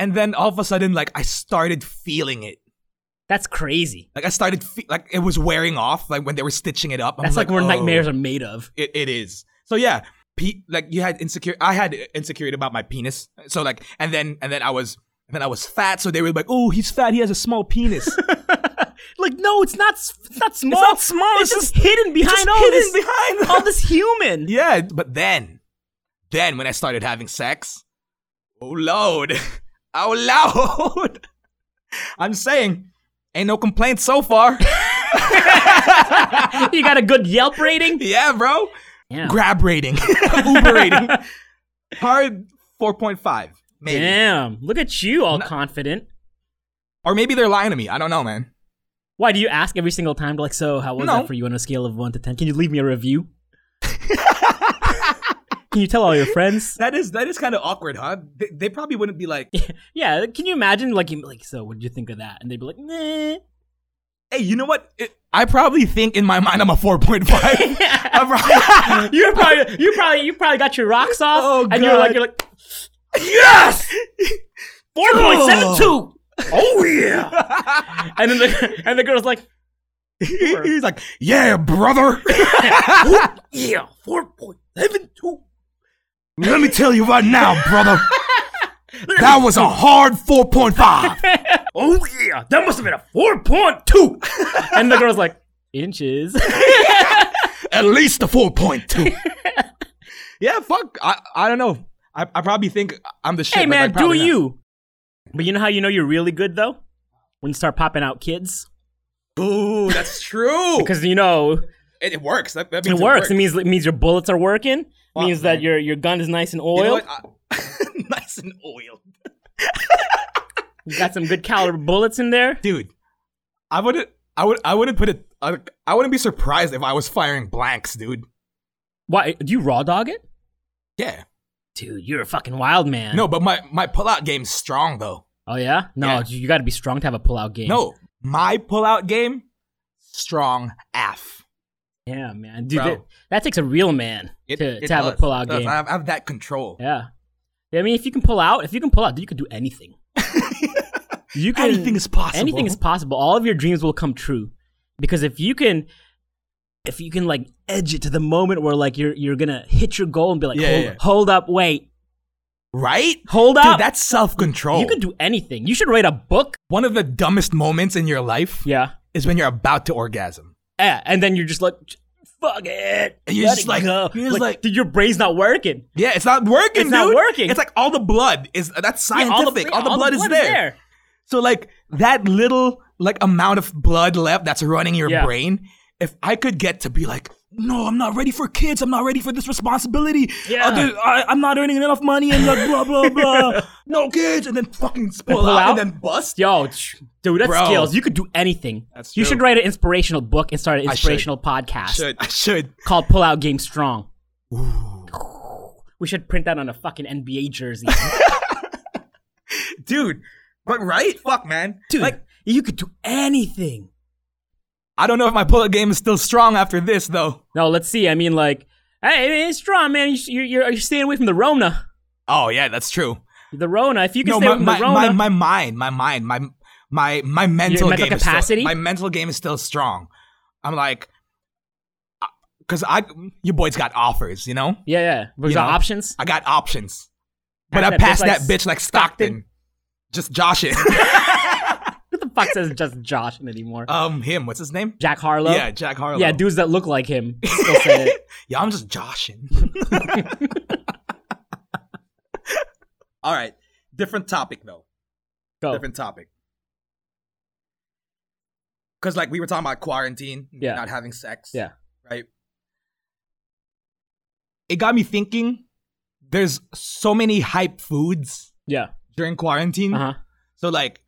Speaker 2: And then all of a sudden, like I started feeling it.
Speaker 1: that's crazy.
Speaker 2: Like I started fe- like it was wearing off. Like when they were stitching it up, I
Speaker 1: That's
Speaker 2: was
Speaker 1: like, where
Speaker 2: oh.
Speaker 1: nightmares are made
Speaker 2: [laughs]
Speaker 1: of.
Speaker 2: It, it is. So yeah, pe- like you had insecure. I had insecurity about my penis. So like, and then and then I was and then I was fat. So they were like, "Oh, he's fat. He has a
Speaker 1: [laughs]
Speaker 2: small penis." it's
Speaker 1: Like no, it's not s- it's not small.
Speaker 2: not small,
Speaker 1: It's,
Speaker 2: it's
Speaker 1: just, hidden behind
Speaker 2: just
Speaker 1: all
Speaker 2: hidden
Speaker 1: this Oh
Speaker 2: behind.
Speaker 1: [laughs] all this
Speaker 2: [laughs]
Speaker 1: human.
Speaker 2: yeah, but then, then when I started having sex, oh lord, [laughs] oh lord, [laughs] I'm saying, ain't no complaints so far. [laughs]
Speaker 1: you got a good Yelp
Speaker 2: [laughs]
Speaker 1: rating.
Speaker 2: yeah, bro.
Speaker 1: Yeah.
Speaker 2: Grab rating, [laughs] Uber rating, hard four point five. Maybe.
Speaker 1: Damn, look at you all confident.
Speaker 2: Or maybe they're lying to me. I don't know, man.
Speaker 1: Why do you ask every single time? Like, so how was
Speaker 2: No.
Speaker 1: that for you on a scale of one to ten? Can you leave me a
Speaker 2: [laughs]
Speaker 1: review? Can you tell all your friends?
Speaker 2: That is that is kind of awkward, huh? They, they probably wouldn't be [laughs] like,
Speaker 1: Yeah, can you imagine? Like, you like, so what did you think of that? And they'd be like, nah. [laughs]
Speaker 2: "Hey, you know what? It- I probably think in my mind I'm a 4.5." [laughs] I'm probably-
Speaker 1: You probably, you probably, you probably got your rocks off,
Speaker 2: Oh,
Speaker 1: and you're like,
Speaker 2: God.
Speaker 1: you're like,
Speaker 2: [laughs] yes.
Speaker 1: four point seven two.
Speaker 2: Oh yeah. [laughs]
Speaker 1: And then the [laughs] and the girl's like,
Speaker 2: He's like, "Yeah, [laughs] brother.
Speaker 1: yeah, four point seven two.
Speaker 2: Let me tell you right now, brother. That was a hard 4.5."
Speaker 1: Oh yeah, that must have been a four point two. [laughs] and the girl's like,
Speaker 2: [laughs]
Speaker 1: inches.
Speaker 2: At least a 4.2. [laughs] yeah, fuck. I I don't know. I, I probably think I'm the shit.
Speaker 1: hey
Speaker 2: but
Speaker 1: man,
Speaker 2: like,
Speaker 1: do
Speaker 2: probably not.
Speaker 1: you? But you know how you know you're really good though, when you start popping out kids,
Speaker 2: Ooh,
Speaker 1: [laughs]
Speaker 2: that's true.
Speaker 1: because you know
Speaker 2: it, it works. That, that
Speaker 1: it
Speaker 2: means
Speaker 1: works. It means it means your bullets are working. It means that your your gun is nice and oiled.
Speaker 2: You
Speaker 1: You,
Speaker 2: know what? I- [laughs] nice and oiled. [laughs]
Speaker 1: got some good caliber bullets in there.
Speaker 2: Dude, I would I would. I wouldn't put it. I, I wouldn't be surprised if I was firing blanks, dude.
Speaker 1: Why do you raw dog it?
Speaker 2: Yeah.
Speaker 1: Dude, you're a fucking wild man.
Speaker 2: No, but my my pullout game's strong though.
Speaker 1: Oh yeah? No,
Speaker 2: Yeah.
Speaker 1: you gotta be strong to have a pullout game.
Speaker 2: No, my pullout game, strong af.
Speaker 1: Yeah, man. Dude,
Speaker 2: Bro.
Speaker 1: that, that takes a real man
Speaker 2: It-
Speaker 1: to,
Speaker 2: it
Speaker 1: to have a
Speaker 2: does.
Speaker 1: pullout
Speaker 2: It does.
Speaker 1: game.
Speaker 2: I have, I have that control.
Speaker 1: Yeah. Yeah, I mean, if you can pull out, if you can pull out, you can do
Speaker 2: [laughs]
Speaker 1: anything. you can
Speaker 2: Anything is possible.
Speaker 1: Anything is possible. All of your dreams will come true because if you can, if you can like edge it to the moment where like you're you're gonna hit your goal and be like,
Speaker 2: Yeah,
Speaker 1: hold,
Speaker 2: yeah.
Speaker 1: hold up, wait,
Speaker 2: right.
Speaker 1: hold
Speaker 2: Dude,
Speaker 1: up.
Speaker 2: that's self control.
Speaker 1: you could do anything. You should write a book.
Speaker 2: One of the dumbest moments in your life
Speaker 1: Yeah.
Speaker 2: is when you're about to orgasm.
Speaker 1: Yeah, Eh, and then you're just like, fuck it.
Speaker 2: And you're
Speaker 1: Let
Speaker 2: just
Speaker 1: it
Speaker 2: like-
Speaker 1: go.
Speaker 2: you're just like-
Speaker 1: dude, your brain's not working.
Speaker 2: Yeah, it's not working.
Speaker 1: It's not
Speaker 2: dude.
Speaker 1: working.
Speaker 2: It's like all the blood is that's
Speaker 1: Yeah,
Speaker 2: scientific.
Speaker 1: fr-
Speaker 2: all, the, blood is there.
Speaker 1: there.
Speaker 2: So like that little like amount of blood left that's running your
Speaker 1: Yeah.
Speaker 2: brain. If I could get to be like, no, I'm not ready for kids. I'm not ready for this responsibility.
Speaker 1: Yeah.
Speaker 2: Uh, there- I, am not earning enough money and like blah
Speaker 1: [laughs]
Speaker 2: blah blah. no kids, and then fucking pull,
Speaker 1: pull
Speaker 2: out,
Speaker 1: out?
Speaker 2: and then bust.
Speaker 1: Yo, ch- dude, that's
Speaker 2: Bro.
Speaker 1: skills. You could do anything.
Speaker 2: That's
Speaker 1: you
Speaker 2: true.
Speaker 1: should write an inspirational book and start an
Speaker 2: I should.
Speaker 1: inspirational podcast
Speaker 2: I should.
Speaker 1: called Pull Out Game Strong. We should print that on a fucking NBA jersey.
Speaker 2: dude. But right, fuck, man,
Speaker 1: [laughs] Dude,
Speaker 2: Like,
Speaker 1: you could do anything.
Speaker 2: I don't know if my bullet game is still strong after this though.
Speaker 1: No, let's see. I mean, like, hey, it's strong, man. You- You're, you're, you're staying away from the Rona.
Speaker 2: Oh yeah, that's true.
Speaker 1: The Rona. If you can
Speaker 2: No,
Speaker 1: stay
Speaker 2: my
Speaker 1: away from
Speaker 2: my,
Speaker 1: the Rona.
Speaker 2: my my mind, my mind, my my my mental,
Speaker 1: mental
Speaker 2: game is
Speaker 1: capacity?
Speaker 2: Still, my mental game is still strong. I'm like, because I your boy's got offers, you know.
Speaker 1: yeah, yeah. We
Speaker 2: You
Speaker 1: got
Speaker 2: know?
Speaker 1: options.
Speaker 2: I got options, but
Speaker 1: Pass
Speaker 2: I
Speaker 1: that bitch
Speaker 2: passed
Speaker 1: like
Speaker 2: that bitch like Stockton.
Speaker 1: Stockton.
Speaker 2: Just Josh it.
Speaker 1: Who the fuck says just Josh anymore?
Speaker 2: [laughs] um, him. What's his name?
Speaker 1: Jack Harlow.
Speaker 2: Yeah, Jack Harlow.
Speaker 1: Yeah, dudes that look like him still say it.
Speaker 2: [laughs] Yeah, I'm
Speaker 1: [laughs]
Speaker 2: just joshing. [laughs] All right, different topic though.
Speaker 1: Go.
Speaker 2: different topic. Because like we were talking about quarantine,
Speaker 1: Yeah.
Speaker 2: not having sex.
Speaker 1: Yeah.
Speaker 2: Right. It got me thinking. There's so many hype foods
Speaker 1: Yeah.
Speaker 2: during quarantine.
Speaker 1: Uh huh.
Speaker 2: So like,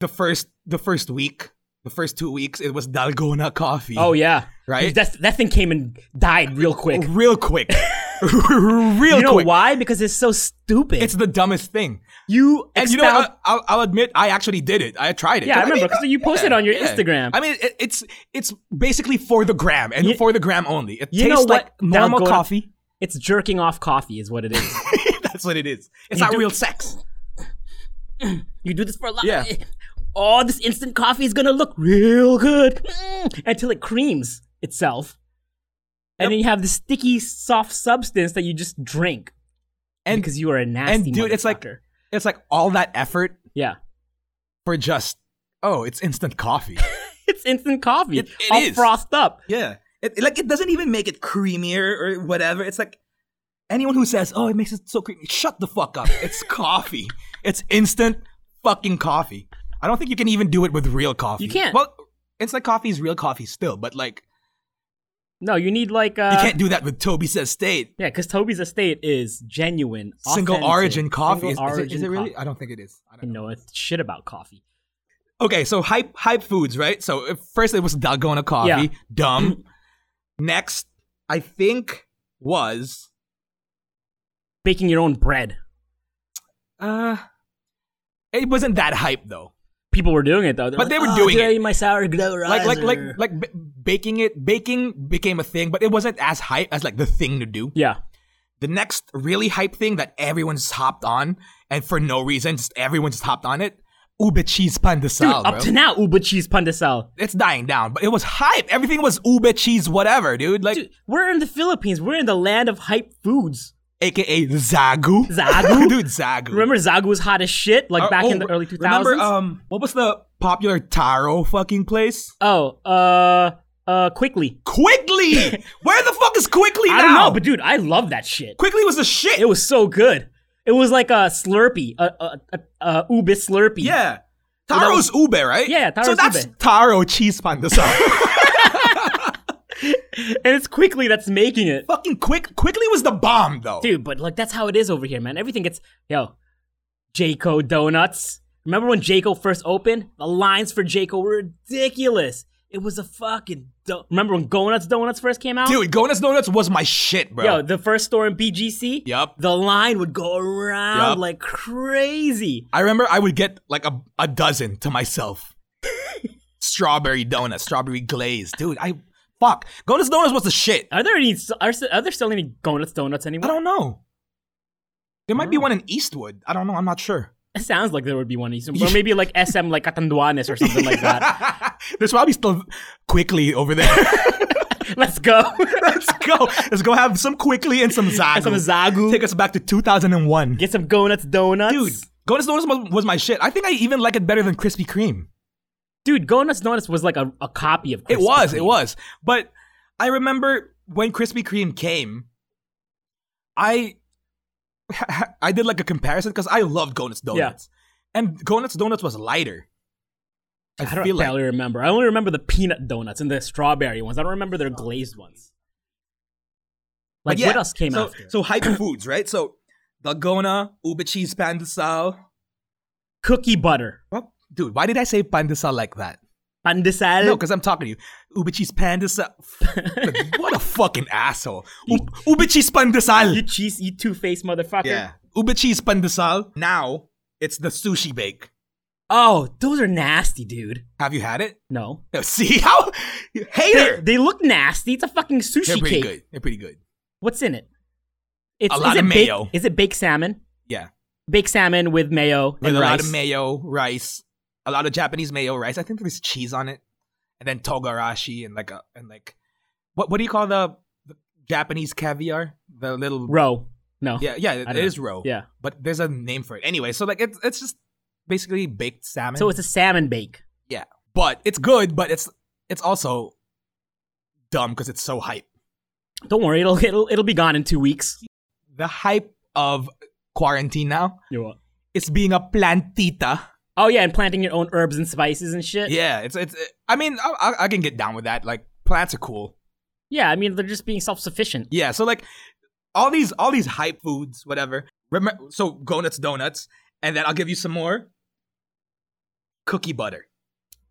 Speaker 2: the first the first week, the first two weeks, it was dalgona coffee.
Speaker 1: Oh yeah.
Speaker 2: Right?
Speaker 1: That that thing came and died real quick.
Speaker 2: real quick, [laughs] real
Speaker 1: you know
Speaker 2: quick.
Speaker 1: why? Because it's so stupid.
Speaker 2: It's the dumbest thing.
Speaker 1: you
Speaker 2: And you know,
Speaker 1: expelled-
Speaker 2: I, I'll, I'll admit, I actually did it. I tried it.
Speaker 1: Yeah, I remember,
Speaker 2: mean,
Speaker 1: 'cause you posted on your Instagram.
Speaker 2: I mean, it, it's it's basically for the gram and
Speaker 1: You-
Speaker 2: for the gram only. It
Speaker 1: you
Speaker 2: tastes
Speaker 1: know what?
Speaker 2: like normal
Speaker 1: Dalgona-
Speaker 2: coffee. [laughs]
Speaker 1: it's jerking off coffee is what it is.
Speaker 2: That's what it is. It's
Speaker 1: You
Speaker 2: not
Speaker 1: do-
Speaker 2: real sex.
Speaker 1: you do this for a lot.
Speaker 2: Yeah.
Speaker 1: All this instant coffee is gonna look real good Mm, until it creams itself, and then you have this sticky, soft substance that you just drink
Speaker 2: And
Speaker 1: because you are a nasty.
Speaker 2: and dude, it's like
Speaker 1: motherfucker.
Speaker 2: it's like all that effort
Speaker 1: yeah, [laughs]
Speaker 2: for just oh, it's instant coffee.
Speaker 1: it's instant coffee.
Speaker 2: It- it
Speaker 1: all
Speaker 2: is.
Speaker 1: frothed up.
Speaker 2: yeah, it, it- like it doesn't even make it creamier or whatever. It's like anyone who says oh, it makes it so creamy, shut the fuck up.
Speaker 1: [laughs]
Speaker 2: It's coffee. It's instant fucking coffee. I don't think you can even do it with real coffee.
Speaker 1: You can't.
Speaker 2: Well, instant coffee is real coffee still, but like
Speaker 1: No, you need like uh,
Speaker 2: you can't do that with Toby says state.
Speaker 1: Yeah, because Toby's estate is genuine,
Speaker 2: single
Speaker 1: authentic,
Speaker 2: origin
Speaker 1: Single
Speaker 2: coffee. Is- is, it-
Speaker 1: origin
Speaker 2: is it really?
Speaker 1: coffee.
Speaker 2: I don't think it is. I
Speaker 1: I
Speaker 2: don't know.
Speaker 1: know it's shit about coffee.
Speaker 2: Okay, so hype hype foods, right? So if- first it was dalgona coffee,
Speaker 1: Yeah. [clears throat]
Speaker 2: dumb. Next, I think was
Speaker 1: Baking your own bread.
Speaker 2: uh, it wasn't that hype though.
Speaker 1: People were doing it though.
Speaker 2: But they were
Speaker 1: "Oh,
Speaker 2: doing
Speaker 1: dude, I
Speaker 2: it."
Speaker 1: ate my sourdough
Speaker 2: Like like like
Speaker 1: riser."
Speaker 2: like b- baking it baking became a thing, but it wasn't as hype as like the thing to do.
Speaker 1: yeah,
Speaker 2: The next really hype thing that everyone's hopped on, and for no reason, just everyone just hopped on it. Ube cheese pan de
Speaker 1: dude.
Speaker 2: sal,
Speaker 1: up
Speaker 2: bro.
Speaker 1: to now, uber cheese pandesal.
Speaker 2: it's dying down, but it was hype. Everything was ube cheese, whatever, dude. Like,
Speaker 1: Dude, we're in the Philippines. We're in the land of hype foods.
Speaker 2: aka Zagu.
Speaker 1: Zagu?
Speaker 2: [laughs] dude, Zagu.
Speaker 1: Remember, Zagu was hot as shit, like
Speaker 2: Uh,
Speaker 1: back
Speaker 2: oh,
Speaker 1: in the early two
Speaker 2: Remember,
Speaker 1: thousands.
Speaker 2: um, what was the popular taro fucking place?
Speaker 1: oh, uh, uh, quickly.
Speaker 2: Quickly.
Speaker 1: [laughs]
Speaker 2: Where the fuck is quickly now?
Speaker 1: I don't know, but dude, I love that shit.
Speaker 2: quickly was the shit.
Speaker 1: It was so good. It was like a Slurpee, a a a, a ube Slurpee.
Speaker 2: yeah.
Speaker 1: that
Speaker 2: Taro's ube, right?
Speaker 1: Yeah,
Speaker 2: So
Speaker 1: taro's
Speaker 2: that's
Speaker 1: ube.
Speaker 2: taro cheese
Speaker 1: [laughs]
Speaker 2: pandesal.
Speaker 1: and it's quickly that's making it.
Speaker 2: fucking quick. Quickly was the bomb, though.
Speaker 1: dude. But like that's how it is over here, man. Everything gets yo, Jayco donuts. Remember when Jaco first opened? The lines for Jaco were ridiculous. It was a fucking. Do- Remember when Gonuts Donuts first came out?
Speaker 2: Dude, Donuts Donuts was my shit, bro.
Speaker 1: Yo, the first store in BGC.
Speaker 2: Yup.
Speaker 1: The line would go around
Speaker 2: Yup.
Speaker 1: like crazy.
Speaker 2: I remember I would get like a, a dozen
Speaker 1: [laughs]
Speaker 2: to myself. strawberry donuts, strawberry glaze. Dude, I fuck. Donuts Donuts was the shit.
Speaker 1: Are there any? Are, are there still any Gonuts Donuts
Speaker 2: I
Speaker 1: anymore?
Speaker 2: don't know. There might be one in Eastwood. I don't know. I'm not sure. [laughs]
Speaker 1: It sounds like there would be one, in Eastern- or maybe like SM, like Catanduanes or something like
Speaker 2: [laughs]
Speaker 1: that.
Speaker 2: There's probably still quickly over there.
Speaker 1: Let's go.
Speaker 2: [laughs] Let's go. Let's go have some quickly and some zagu.
Speaker 1: Some Zagu.
Speaker 2: Take us back to 2001.
Speaker 1: Get some Gonuts Donuts,
Speaker 2: Dude, Donuts Donuts was- was my shit. I think I even like it better than Krispy Kreme.
Speaker 1: Dude, Gonuts Donuts was like a, a copy of.
Speaker 2: It
Speaker 1: Krispy
Speaker 2: was, it
Speaker 1: Kreme.
Speaker 2: was. But I remember when Krispy Kreme came, I [laughs] I did like a comparison because I loved Gonuts Donuts. And Gonuts Donuts was lighter. I,
Speaker 1: I don't
Speaker 2: feel like
Speaker 1: barely remember. I only remember the peanut donuts and the strawberry ones. I don't remember their glazed ones.
Speaker 2: But
Speaker 1: Like
Speaker 2: yeah,
Speaker 1: what else came
Speaker 2: so,
Speaker 1: after?
Speaker 2: So hype [coughs] foods, right? So Dalgona, Uber cheese pandesal.
Speaker 1: cookie butter,
Speaker 2: Well, dude, why did I say pandesal like that?
Speaker 1: pandesal.
Speaker 2: No, because I'm talking to you. Uber cheese pandesal.
Speaker 1: [laughs]
Speaker 2: what a fucking asshole. U- Uber cheese pandesal.
Speaker 1: you cheese, you two faced motherfucker.
Speaker 2: Yeah. Uber cheese pandesal. Now it's the sushi bake.
Speaker 1: Oh, those are nasty, dude.
Speaker 2: Have you had it?
Speaker 1: No,
Speaker 2: No, [laughs] see how
Speaker 1: they,
Speaker 2: hater.
Speaker 1: they look nasty. It's a fucking
Speaker 2: They're
Speaker 1: sushi
Speaker 2: pretty
Speaker 1: cake.
Speaker 2: good. They're pretty good.
Speaker 1: What's in it? It's
Speaker 2: A lot
Speaker 1: is
Speaker 2: of
Speaker 1: it baked-
Speaker 2: mayo.
Speaker 1: is it baked salmon?
Speaker 2: Yeah,
Speaker 1: Baked salmon with mayo
Speaker 2: with
Speaker 1: and
Speaker 2: a
Speaker 1: rice.
Speaker 2: lot of mayo, rice, a lot of Japanese mayo, rice. I think there's cheese on it, and then togarashi and like a and like what what do you call the, the Japanese caviar? The little
Speaker 1: Roe. No.
Speaker 2: yeah yeah
Speaker 1: don't
Speaker 2: it
Speaker 1: know.
Speaker 2: is roe
Speaker 1: Yeah.
Speaker 2: but there's a name for it anyway. So like it's it's just basically baked salmon.
Speaker 1: So it's a salmon bake.
Speaker 2: yeah, but it's good, but it's it's also dumb because it's so hype.
Speaker 1: Don't worry, it'll it'll it'll be gone in two weeks.
Speaker 2: The hype of quarantine now
Speaker 1: You're welcome.
Speaker 2: is being a plantita.
Speaker 1: Oh yeah, and planting your own herbs and spices and shit.
Speaker 2: Yeah, it's it's. I mean, I, I- I can get down with that. Like plants are cool.
Speaker 1: Yeah, I mean they're just being self-sufficient.
Speaker 2: Yeah, so like all these all these hype foods, whatever. Remember, so donuts, donuts, and then I'll give you some more cookie butter.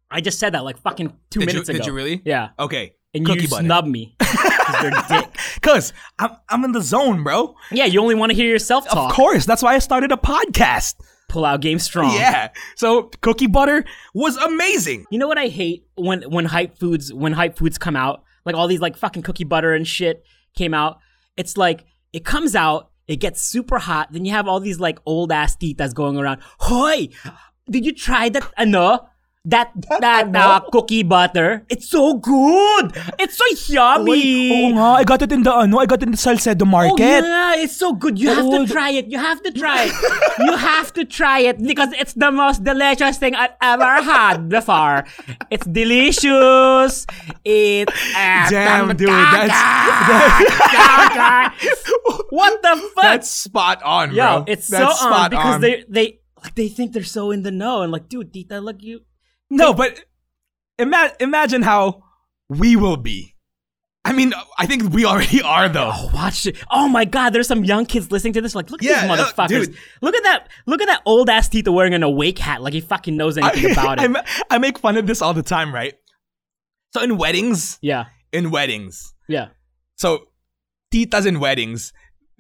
Speaker 1: I just said that like fucking two
Speaker 2: Did you-
Speaker 1: minutes
Speaker 2: did
Speaker 1: ago.
Speaker 2: you really?
Speaker 1: Yeah,
Speaker 2: Okay,
Speaker 1: and
Speaker 2: cookie
Speaker 1: you
Speaker 2: butter.
Speaker 1: snub
Speaker 2: [laughs]
Speaker 1: me. 'Cause you're a dick.
Speaker 2: Cause I'm I'm in the zone, bro.
Speaker 1: Yeah, you only want to hear yourself
Speaker 2: Of
Speaker 1: talk.
Speaker 2: course, that's why I started a podcast.
Speaker 1: Pull out game strong.
Speaker 2: Yeah. So cookie butter was amazing.
Speaker 1: You know what I hate when when hype foods when hype foods come out like all these like fucking cookie butter and shit came out. It's like it comes out, it gets super hot, then you have all these like old ass titas going around. Hoy, did you try that? Ano? That that uh, cookie butter. It's so good. It's so yummy.
Speaker 2: I got it in the no, I got it in the Salcedo
Speaker 1: Oh, yeah, it's so good. You have
Speaker 2: Oh,
Speaker 1: to try it. You have to try it. you have to try it because it's the most delicious thing I've ever had before. It's delicious. ah, It's
Speaker 2: Damn, dude, that's [laughs]
Speaker 1: what the fuck?
Speaker 2: that's spot on, bro.
Speaker 1: Yo, it's
Speaker 2: that's
Speaker 1: so on because
Speaker 2: on.
Speaker 1: they they like they think they're so in the know and like, dude, Tita, look you.
Speaker 2: No, but ima- imagine how we will be. I mean, I think we already are though.
Speaker 1: Watch it. Oh my god, there's some young kids listening to this. Like, look at
Speaker 2: Yeah,
Speaker 1: these
Speaker 2: uh,
Speaker 1: motherfuckers.
Speaker 2: dude.
Speaker 1: Look at that look at that old ass Tita wearing an awake hat, like he fucking knows anything Oh, about it.
Speaker 2: [laughs] I, ma- I make fun of this all the time, right? So in weddings,
Speaker 1: yeah.
Speaker 2: in weddings,
Speaker 1: Yeah.
Speaker 2: so titas in weddings,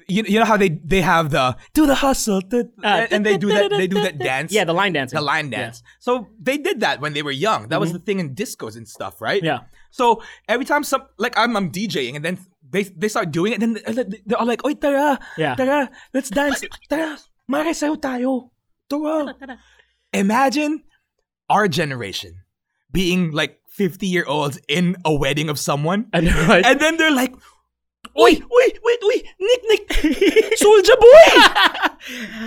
Speaker 2: you, you know how they they have the do the hustle, da-
Speaker 1: Uh,
Speaker 2: and they do that they do [laughs] that dance,
Speaker 1: Yeah, the line dancing.
Speaker 2: the line
Speaker 1: Yeah.
Speaker 2: dance. So they did that when they were young. That was the thing in discos and stuff, right?
Speaker 1: Yeah.
Speaker 2: So every time some like I'm I'm DJing and then they they start doing it and then they're all like, "Oy tara,
Speaker 1: Yeah.
Speaker 2: tara, let's dance, tara, marisayo tayo, tara." Imagine our generation being like 50 year olds in a wedding of someone,
Speaker 1: I know, right?
Speaker 2: and then they're like, "Oy, oy, wait, oy, nick, [laughs] nick, soldier boy,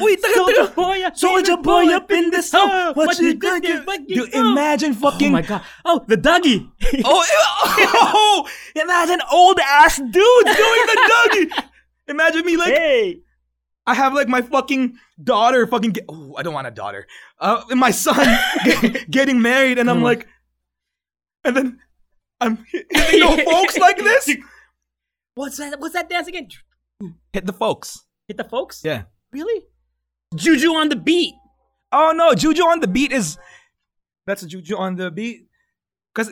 Speaker 2: oy, tara,
Speaker 1: Soldier
Speaker 2: tara."
Speaker 1: boy, uh,
Speaker 2: Soldier
Speaker 1: favorite
Speaker 2: boy up in the
Speaker 1: Oh,
Speaker 2: sun. What you
Speaker 1: think
Speaker 2: thinking?
Speaker 1: it- what you
Speaker 2: Dude,
Speaker 1: do?
Speaker 2: imagine
Speaker 1: Oh
Speaker 2: fucking.
Speaker 1: my god. Oh, the [laughs] Dougie.
Speaker 2: [laughs] Oh, [laughs] ew- oh, imagine old ass dudes doing the Dougie. Imagine me like
Speaker 1: hey.
Speaker 2: I have like my fucking daughter fucking. Get, oh, I don't want a daughter. Uh, and my son [laughs] get- getting married, and I'm
Speaker 1: Mhm.
Speaker 2: like, and then I'm hitting
Speaker 1: [laughs]
Speaker 2: the folks like this.
Speaker 1: What's that what's that dance again?
Speaker 2: Hit the folks.
Speaker 1: Hit the folks?
Speaker 2: Yeah.
Speaker 1: Really? Juju on the beat.
Speaker 2: Oh no, Juju on the beat is that's a Juju on the beat because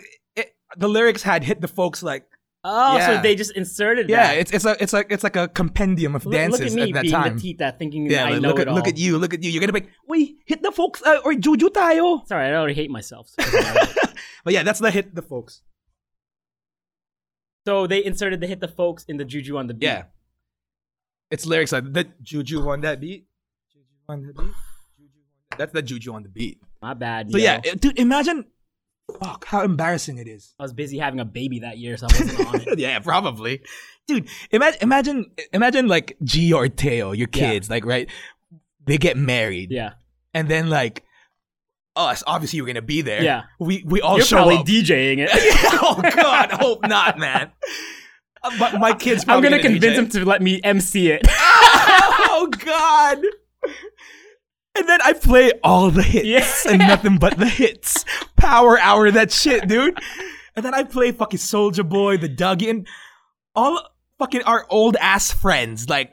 Speaker 2: the lyrics had hit the folks like
Speaker 1: Oh, so
Speaker 2: Yeah.
Speaker 1: they just inserted
Speaker 2: yeah,
Speaker 1: that.
Speaker 2: it's it's like it's like it's like a compendium of
Speaker 1: Look-
Speaker 2: dances
Speaker 1: look at me
Speaker 2: at that
Speaker 1: being
Speaker 2: time.
Speaker 1: the tita, thinking
Speaker 2: yeah,
Speaker 1: I
Speaker 2: like,
Speaker 1: know
Speaker 2: look
Speaker 1: it
Speaker 2: at
Speaker 1: all.
Speaker 2: look at you, look at you. You're gonna be like, we hit the folks uh, or Juju tayo.
Speaker 1: Sorry, I already hate
Speaker 2: [laughs]
Speaker 1: myself.
Speaker 2: But yeah, that's the hit the folks.
Speaker 1: so they inserted the hit the folks in the juju on the beat.
Speaker 2: Yeah. It's lyrics like the Juju on that beat. Juju on that beat. Juju on that. That's the Juju on the beat.
Speaker 1: My bad.
Speaker 2: So
Speaker 1: yo.
Speaker 2: yeah, it- dude, imagine fuck how embarrassing it
Speaker 1: [laughs]
Speaker 2: is.
Speaker 1: I was busy having a baby that year, so I wasn't [laughs] on it.
Speaker 2: yeah, probably. Dude, imagine imagine imagine like G or Teo, your
Speaker 1: Yeah.
Speaker 2: kids, like right? They get married.
Speaker 1: Yeah.
Speaker 2: And then like us, obviously you're gonna be there.
Speaker 1: Yeah.
Speaker 2: We we all
Speaker 1: You're
Speaker 2: show
Speaker 1: probably
Speaker 2: up.
Speaker 1: DJing it.
Speaker 2: [laughs] oh god, hope not, man. Uh, But my kids
Speaker 1: I'm
Speaker 2: probably
Speaker 1: gonna convince
Speaker 2: DJ.
Speaker 1: him to let me MC it.
Speaker 2: [laughs] oh god. And then I play all the hits
Speaker 1: Yeah.
Speaker 2: and nothing but the hits. Power hour that shit, dude. And then I play fucking Soldier Boy, the Dougie, and all fucking our old ass friends. Like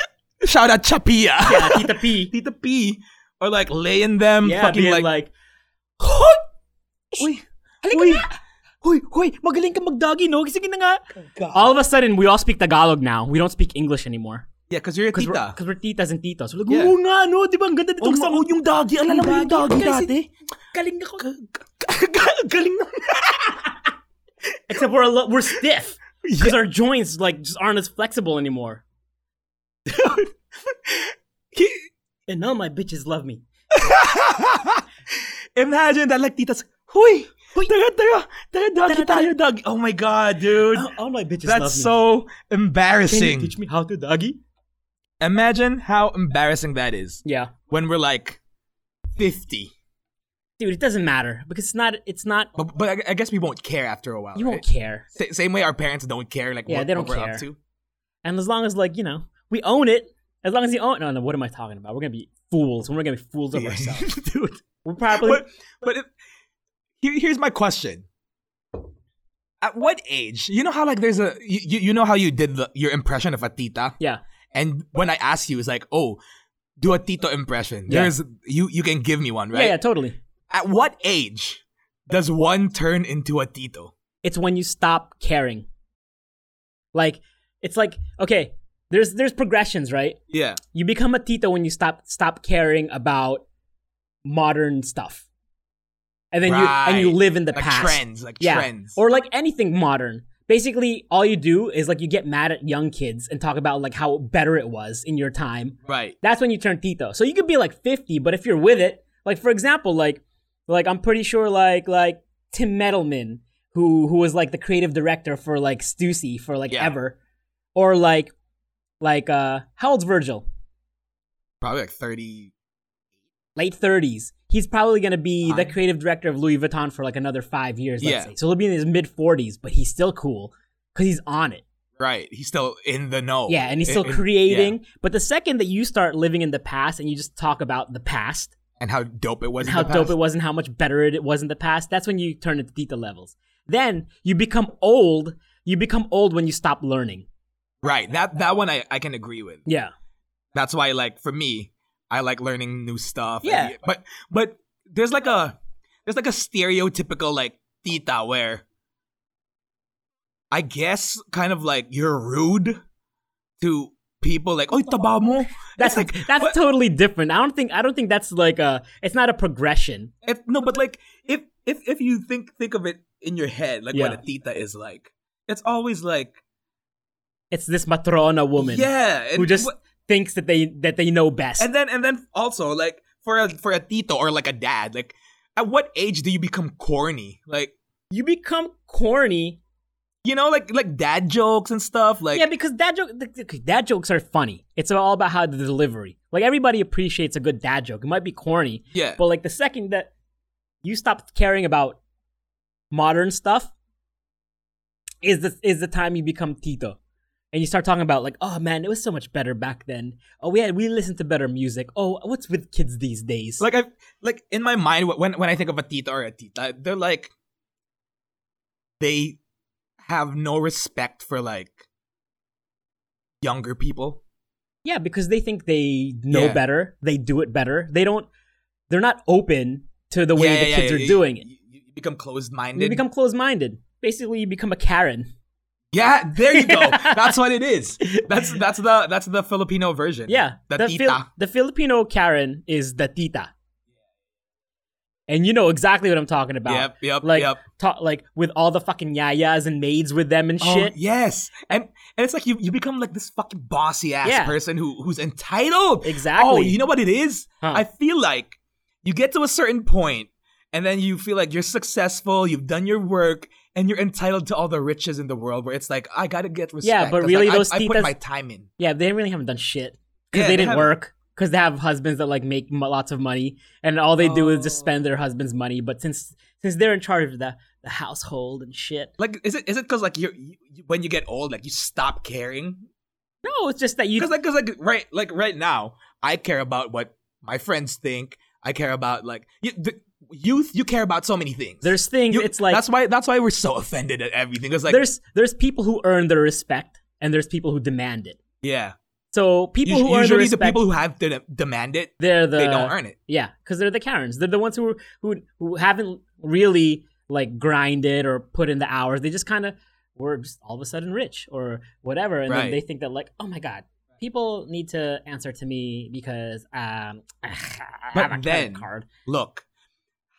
Speaker 2: [laughs] shout out Chapia.
Speaker 1: yeah, Tita [laughs] P.
Speaker 2: Tita P. Or like laying them
Speaker 1: Yeah,
Speaker 2: fucking
Speaker 1: being
Speaker 2: like,
Speaker 1: like,
Speaker 2: Hoy! Uy,
Speaker 1: Uy, hoy, hoy, magaling ka mag-doggy, no? Sige na nga.
Speaker 2: God.
Speaker 1: All of a sudden, we all speak Tagalog now. We don't speak English anymore.
Speaker 2: Yeah, because you're a
Speaker 1: Because we're,
Speaker 2: tita. [laughs]
Speaker 1: 'cause we're titas and titos. We're like,
Speaker 2: Yeah.
Speaker 1: oo nga, no? Di ba? Ang ganda nitong song.
Speaker 2: yung doggy. Alam mo yung doggy dati?
Speaker 1: Galing ako.
Speaker 2: Galing na.
Speaker 1: Except we're, a lo- we're stiff. Because
Speaker 2: Yeah.
Speaker 1: our joints, like, just aren't as flexible
Speaker 2: [laughs]
Speaker 1: anymore. And all my bitches love me.
Speaker 2: Imagine that like titas. Huy! Huy! Taga, taga, taga, doggy tayo, doggy. Oh my god, dude.
Speaker 1: All, all my bitches love me.
Speaker 2: Oh. That's so
Speaker 1: Can you
Speaker 2: embarrassing.
Speaker 1: teach me how to doggy?
Speaker 2: Imagine how embarrassing that is
Speaker 1: Yeah.
Speaker 2: when we're like 50.
Speaker 1: Dude, it doesn't matter. Because it's not, it's not,
Speaker 2: But, but I, I guess we won't care after a while.
Speaker 1: you won't
Speaker 2: right?
Speaker 1: care.
Speaker 2: Sa- same way our parents don't care like
Speaker 1: Yeah,
Speaker 2: what,
Speaker 1: they don't
Speaker 2: what we're
Speaker 1: care.
Speaker 2: up to.
Speaker 1: And as long as like, you know, we own it, as long as you own no, no, what am I talking about? We're gonna be fools when we're gonna be fools of
Speaker 2: [laughs]
Speaker 1: ourselves.
Speaker 2: Dude.
Speaker 1: We're probably
Speaker 2: but but if, here, here's my question at what age you know how like there's a you, you you know how you did the, your impression of a tita
Speaker 1: Yeah.
Speaker 2: and when i asked you it's like oh do a tito impression
Speaker 1: Yeah.
Speaker 2: there's you you can give me one right
Speaker 1: Yeah, yeah, totally.
Speaker 2: at what age does one turn into a tito
Speaker 1: It's when you stop caring. Like it's like okay, there's there's progressions, right?
Speaker 2: yeah
Speaker 1: You become a tito when you stop stop caring about modern stuff. And then you and you
Speaker 2: Right.
Speaker 1: live in the
Speaker 2: like
Speaker 1: past.
Speaker 2: trends like
Speaker 1: yeah.
Speaker 2: trends
Speaker 1: Or like anything modern. Basically, all you do is like you get mad at young kids and talk about like how better it was in your time.
Speaker 2: right
Speaker 1: that's when you turn Tito. So you could be like 50, but if you're with it, like for example, like like I'm pretty sure like like Tim Metalman, who who was like the creative director for like Stussy for like
Speaker 2: Yeah.
Speaker 1: ever, or like like uh how old's Virgil?
Speaker 2: probably like 30
Speaker 1: Late 30s. He's probably gonna be the
Speaker 2: Fine.
Speaker 1: creative director of Louis Vuitton for like another five years. Let's
Speaker 2: Yeah.
Speaker 1: say. So he'll be in his mid 40s, but he's still cool because he's on it.
Speaker 2: right he's still in the know
Speaker 1: Yeah, and he's still
Speaker 2: In- in-
Speaker 1: creating.
Speaker 2: Oh, yeah.
Speaker 1: But the second that you start living in the past and you just talk about the past,
Speaker 2: and how dope it was
Speaker 1: and
Speaker 2: in
Speaker 1: how
Speaker 2: the past.
Speaker 1: dope it was and how much better it was in the past. That's when you turn into Tita levels. Then you become old. You become old when you stop learning.
Speaker 2: right that that one i i can agree with
Speaker 1: Yeah.
Speaker 2: that's why like for me i like learning new stuff
Speaker 1: Yeah.
Speaker 2: And- but but there's like a there's like a stereotypical like tita where i guess kind of like you're rude to people like oh taba mo
Speaker 1: That's
Speaker 2: It's like
Speaker 1: that's
Speaker 2: what-
Speaker 1: totally different. I don't think I don't think that's like a it's not a progression.
Speaker 2: it- no but like if if if you think think of it in your head like what
Speaker 1: Yeah.
Speaker 2: a tita is like it's always like
Speaker 1: It's this matrona woman
Speaker 2: yeah and
Speaker 1: who just
Speaker 2: what-
Speaker 1: thinks that they that they know best.
Speaker 2: and then and then also like for a for a tito or like a dad like at what age do you become corny like
Speaker 1: you become corny.
Speaker 2: you know, like like dad jokes and stuff. Like
Speaker 1: yeah, because dad joke th- th- dad jokes are funny. It's all about how the delivery. Like everybody appreciates a good dad joke. It might be corny,
Speaker 2: yeah,
Speaker 1: But like the second that you stop caring about modern stuff is the is the time you become Tito. And you start talking about like, oh man, it was so much better back then. Oh yeah, we listened to better music. Oh, what's with kids these days?
Speaker 2: like I like in my mind wh- when when I think of a tita or a tita, they're like they have no respect for like younger people.
Speaker 1: Yeah, because they think they know
Speaker 2: Yeah.
Speaker 1: better. They do it better. They don't. They're not open to the way
Speaker 2: Yeah,
Speaker 1: the
Speaker 2: yeah,
Speaker 1: kids
Speaker 2: yeah,
Speaker 1: are
Speaker 2: you-
Speaker 1: doing it.
Speaker 2: You, you become closed-minded.
Speaker 1: You become closed-minded. Basically, you become a Karen.
Speaker 2: yeah, there
Speaker 1: [laughs]
Speaker 2: you go. that's what it is. That's that's the that's the Filipino version.
Speaker 1: Yeah,
Speaker 2: the,
Speaker 1: the,
Speaker 2: tita.
Speaker 1: Fil- the Filipino Karen is the tita, and you know exactly what I'm talking about.
Speaker 2: Yep, yep,
Speaker 1: like
Speaker 2: yep.
Speaker 1: ta- like with all the fucking yayas and maids with them and
Speaker 2: Oh,
Speaker 1: shit.
Speaker 2: yes, and and it's like you you become like this fucking bossy ass
Speaker 1: Yeah.
Speaker 2: person who who's entitled.
Speaker 1: Exactly.
Speaker 2: Oh, you know what it is?
Speaker 1: Huh.
Speaker 2: I feel like you get to a certain point, and then you feel like you're successful, you've done your work, and you're entitled to all the riches in the world. Where it's like I gotta get respect.
Speaker 1: Yeah, but
Speaker 2: 'cause,
Speaker 1: really
Speaker 2: like, I-
Speaker 1: those
Speaker 2: I,
Speaker 1: titas-
Speaker 2: put my time in.
Speaker 1: Yeah, they really haven't done shit because
Speaker 2: Yeah,
Speaker 1: they
Speaker 2: they
Speaker 1: didn't
Speaker 2: haven't.
Speaker 1: work because they have husbands that like make m- lots of money and all they do is just spend their husband's money. But since since they're in charge of the the household and shit,
Speaker 2: Like, is it is it because like you're you, you- when you get old, like you stop caring?
Speaker 1: no, it's just that you.
Speaker 2: Because like, cause like right like right now, I care about what my friends think. I care about like you, the, youth. You care about so many things.
Speaker 1: There's things.
Speaker 2: You-
Speaker 1: it's like
Speaker 2: that's why that's why we're so offended at everything. It's like
Speaker 1: there's there's people who earn their respect and there's people who demand it.
Speaker 2: yeah,
Speaker 1: So people
Speaker 2: Us-
Speaker 1: who earn their
Speaker 2: usually the
Speaker 1: respect,
Speaker 2: people who have to de- demand it,
Speaker 1: they're the
Speaker 2: they don't earn it.
Speaker 1: Yeah, because they're the Karens. They're the ones who who who haven't really like grinded or put in the hours. They just kind of were just all of a sudden rich or whatever, and then
Speaker 2: Right.
Speaker 1: they think that like, oh my god, people need to answer to me because um, I have a
Speaker 2: But
Speaker 1: credit
Speaker 2: then-
Speaker 1: card.
Speaker 2: Look,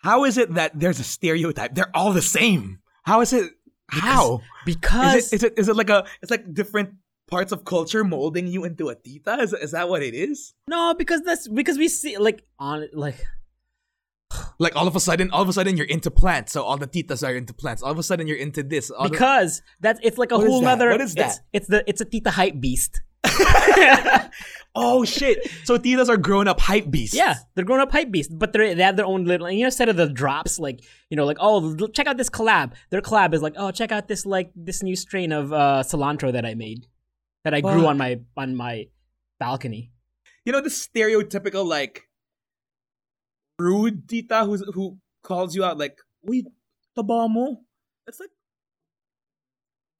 Speaker 2: how is it that there's a stereotype? They're all the same. How is it? How
Speaker 1: Because
Speaker 2: is it, is it? Is it like a? It's like different parts of culture molding you into a tita. Is, is that what it is?
Speaker 1: no, because that's because we see like on like
Speaker 2: Like all of a sudden, all of a sudden you're into plants. So all the titas are into plants. All of a sudden you're into this. All the-
Speaker 1: because that's it's like a
Speaker 2: What is
Speaker 1: whole
Speaker 2: that?
Speaker 1: nother.
Speaker 2: What is
Speaker 1: it's-
Speaker 2: that?
Speaker 1: It's, the it's a Tita hype beast.
Speaker 2: oh shit! So titas are grown up hype beasts.
Speaker 1: Yeah, they're grown up hype beasts, but they they have their own little. You know, instead of the drops, like you know, like oh, l- check out this collab. Their collab is like, oh, check out this like this new strain of uh, cilantro that I made, that I grew
Speaker 2: Fuck.
Speaker 1: on my on my balcony.
Speaker 2: you know the stereotypical like rude tita who's who calls you out like we taba mo it's like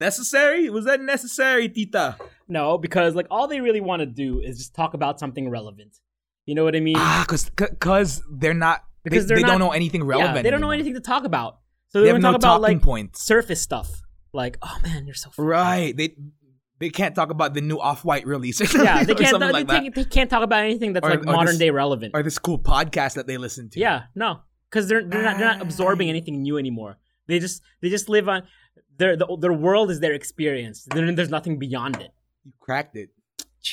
Speaker 2: necessary was that necessary tita
Speaker 1: No, because like all they really want to do is just talk about something relevant. You know what I mean?
Speaker 2: ah because because they're not
Speaker 1: Because they're
Speaker 2: they, they don't
Speaker 1: not-
Speaker 2: know anything
Speaker 1: Yeah,
Speaker 2: relevant
Speaker 1: they don't know
Speaker 2: anymore.
Speaker 1: anything to talk about, so
Speaker 2: they,
Speaker 1: they,
Speaker 2: have
Speaker 1: want to
Speaker 2: no
Speaker 1: talk about
Speaker 2: talking
Speaker 1: like
Speaker 2: points
Speaker 1: surface stuff, like oh man, you're so fat."
Speaker 2: right they they can't talk about the new off-white release
Speaker 1: [laughs]
Speaker 2: [laughs]
Speaker 1: Yeah, they
Speaker 2: or
Speaker 1: can't.
Speaker 2: something
Speaker 1: They,
Speaker 2: like
Speaker 1: they,
Speaker 2: that
Speaker 1: they can't talk about anything that's
Speaker 2: Or-
Speaker 1: like
Speaker 2: or
Speaker 1: modern
Speaker 2: this-
Speaker 1: day relevant.
Speaker 2: or this cool podcast that they listen to
Speaker 1: Yeah, no, because they're they're not they're not absorbing
Speaker 2: Right.
Speaker 1: anything new anymore. They just they just live on their the, their world is their experience. There- there's nothing beyond it.
Speaker 2: you cracked it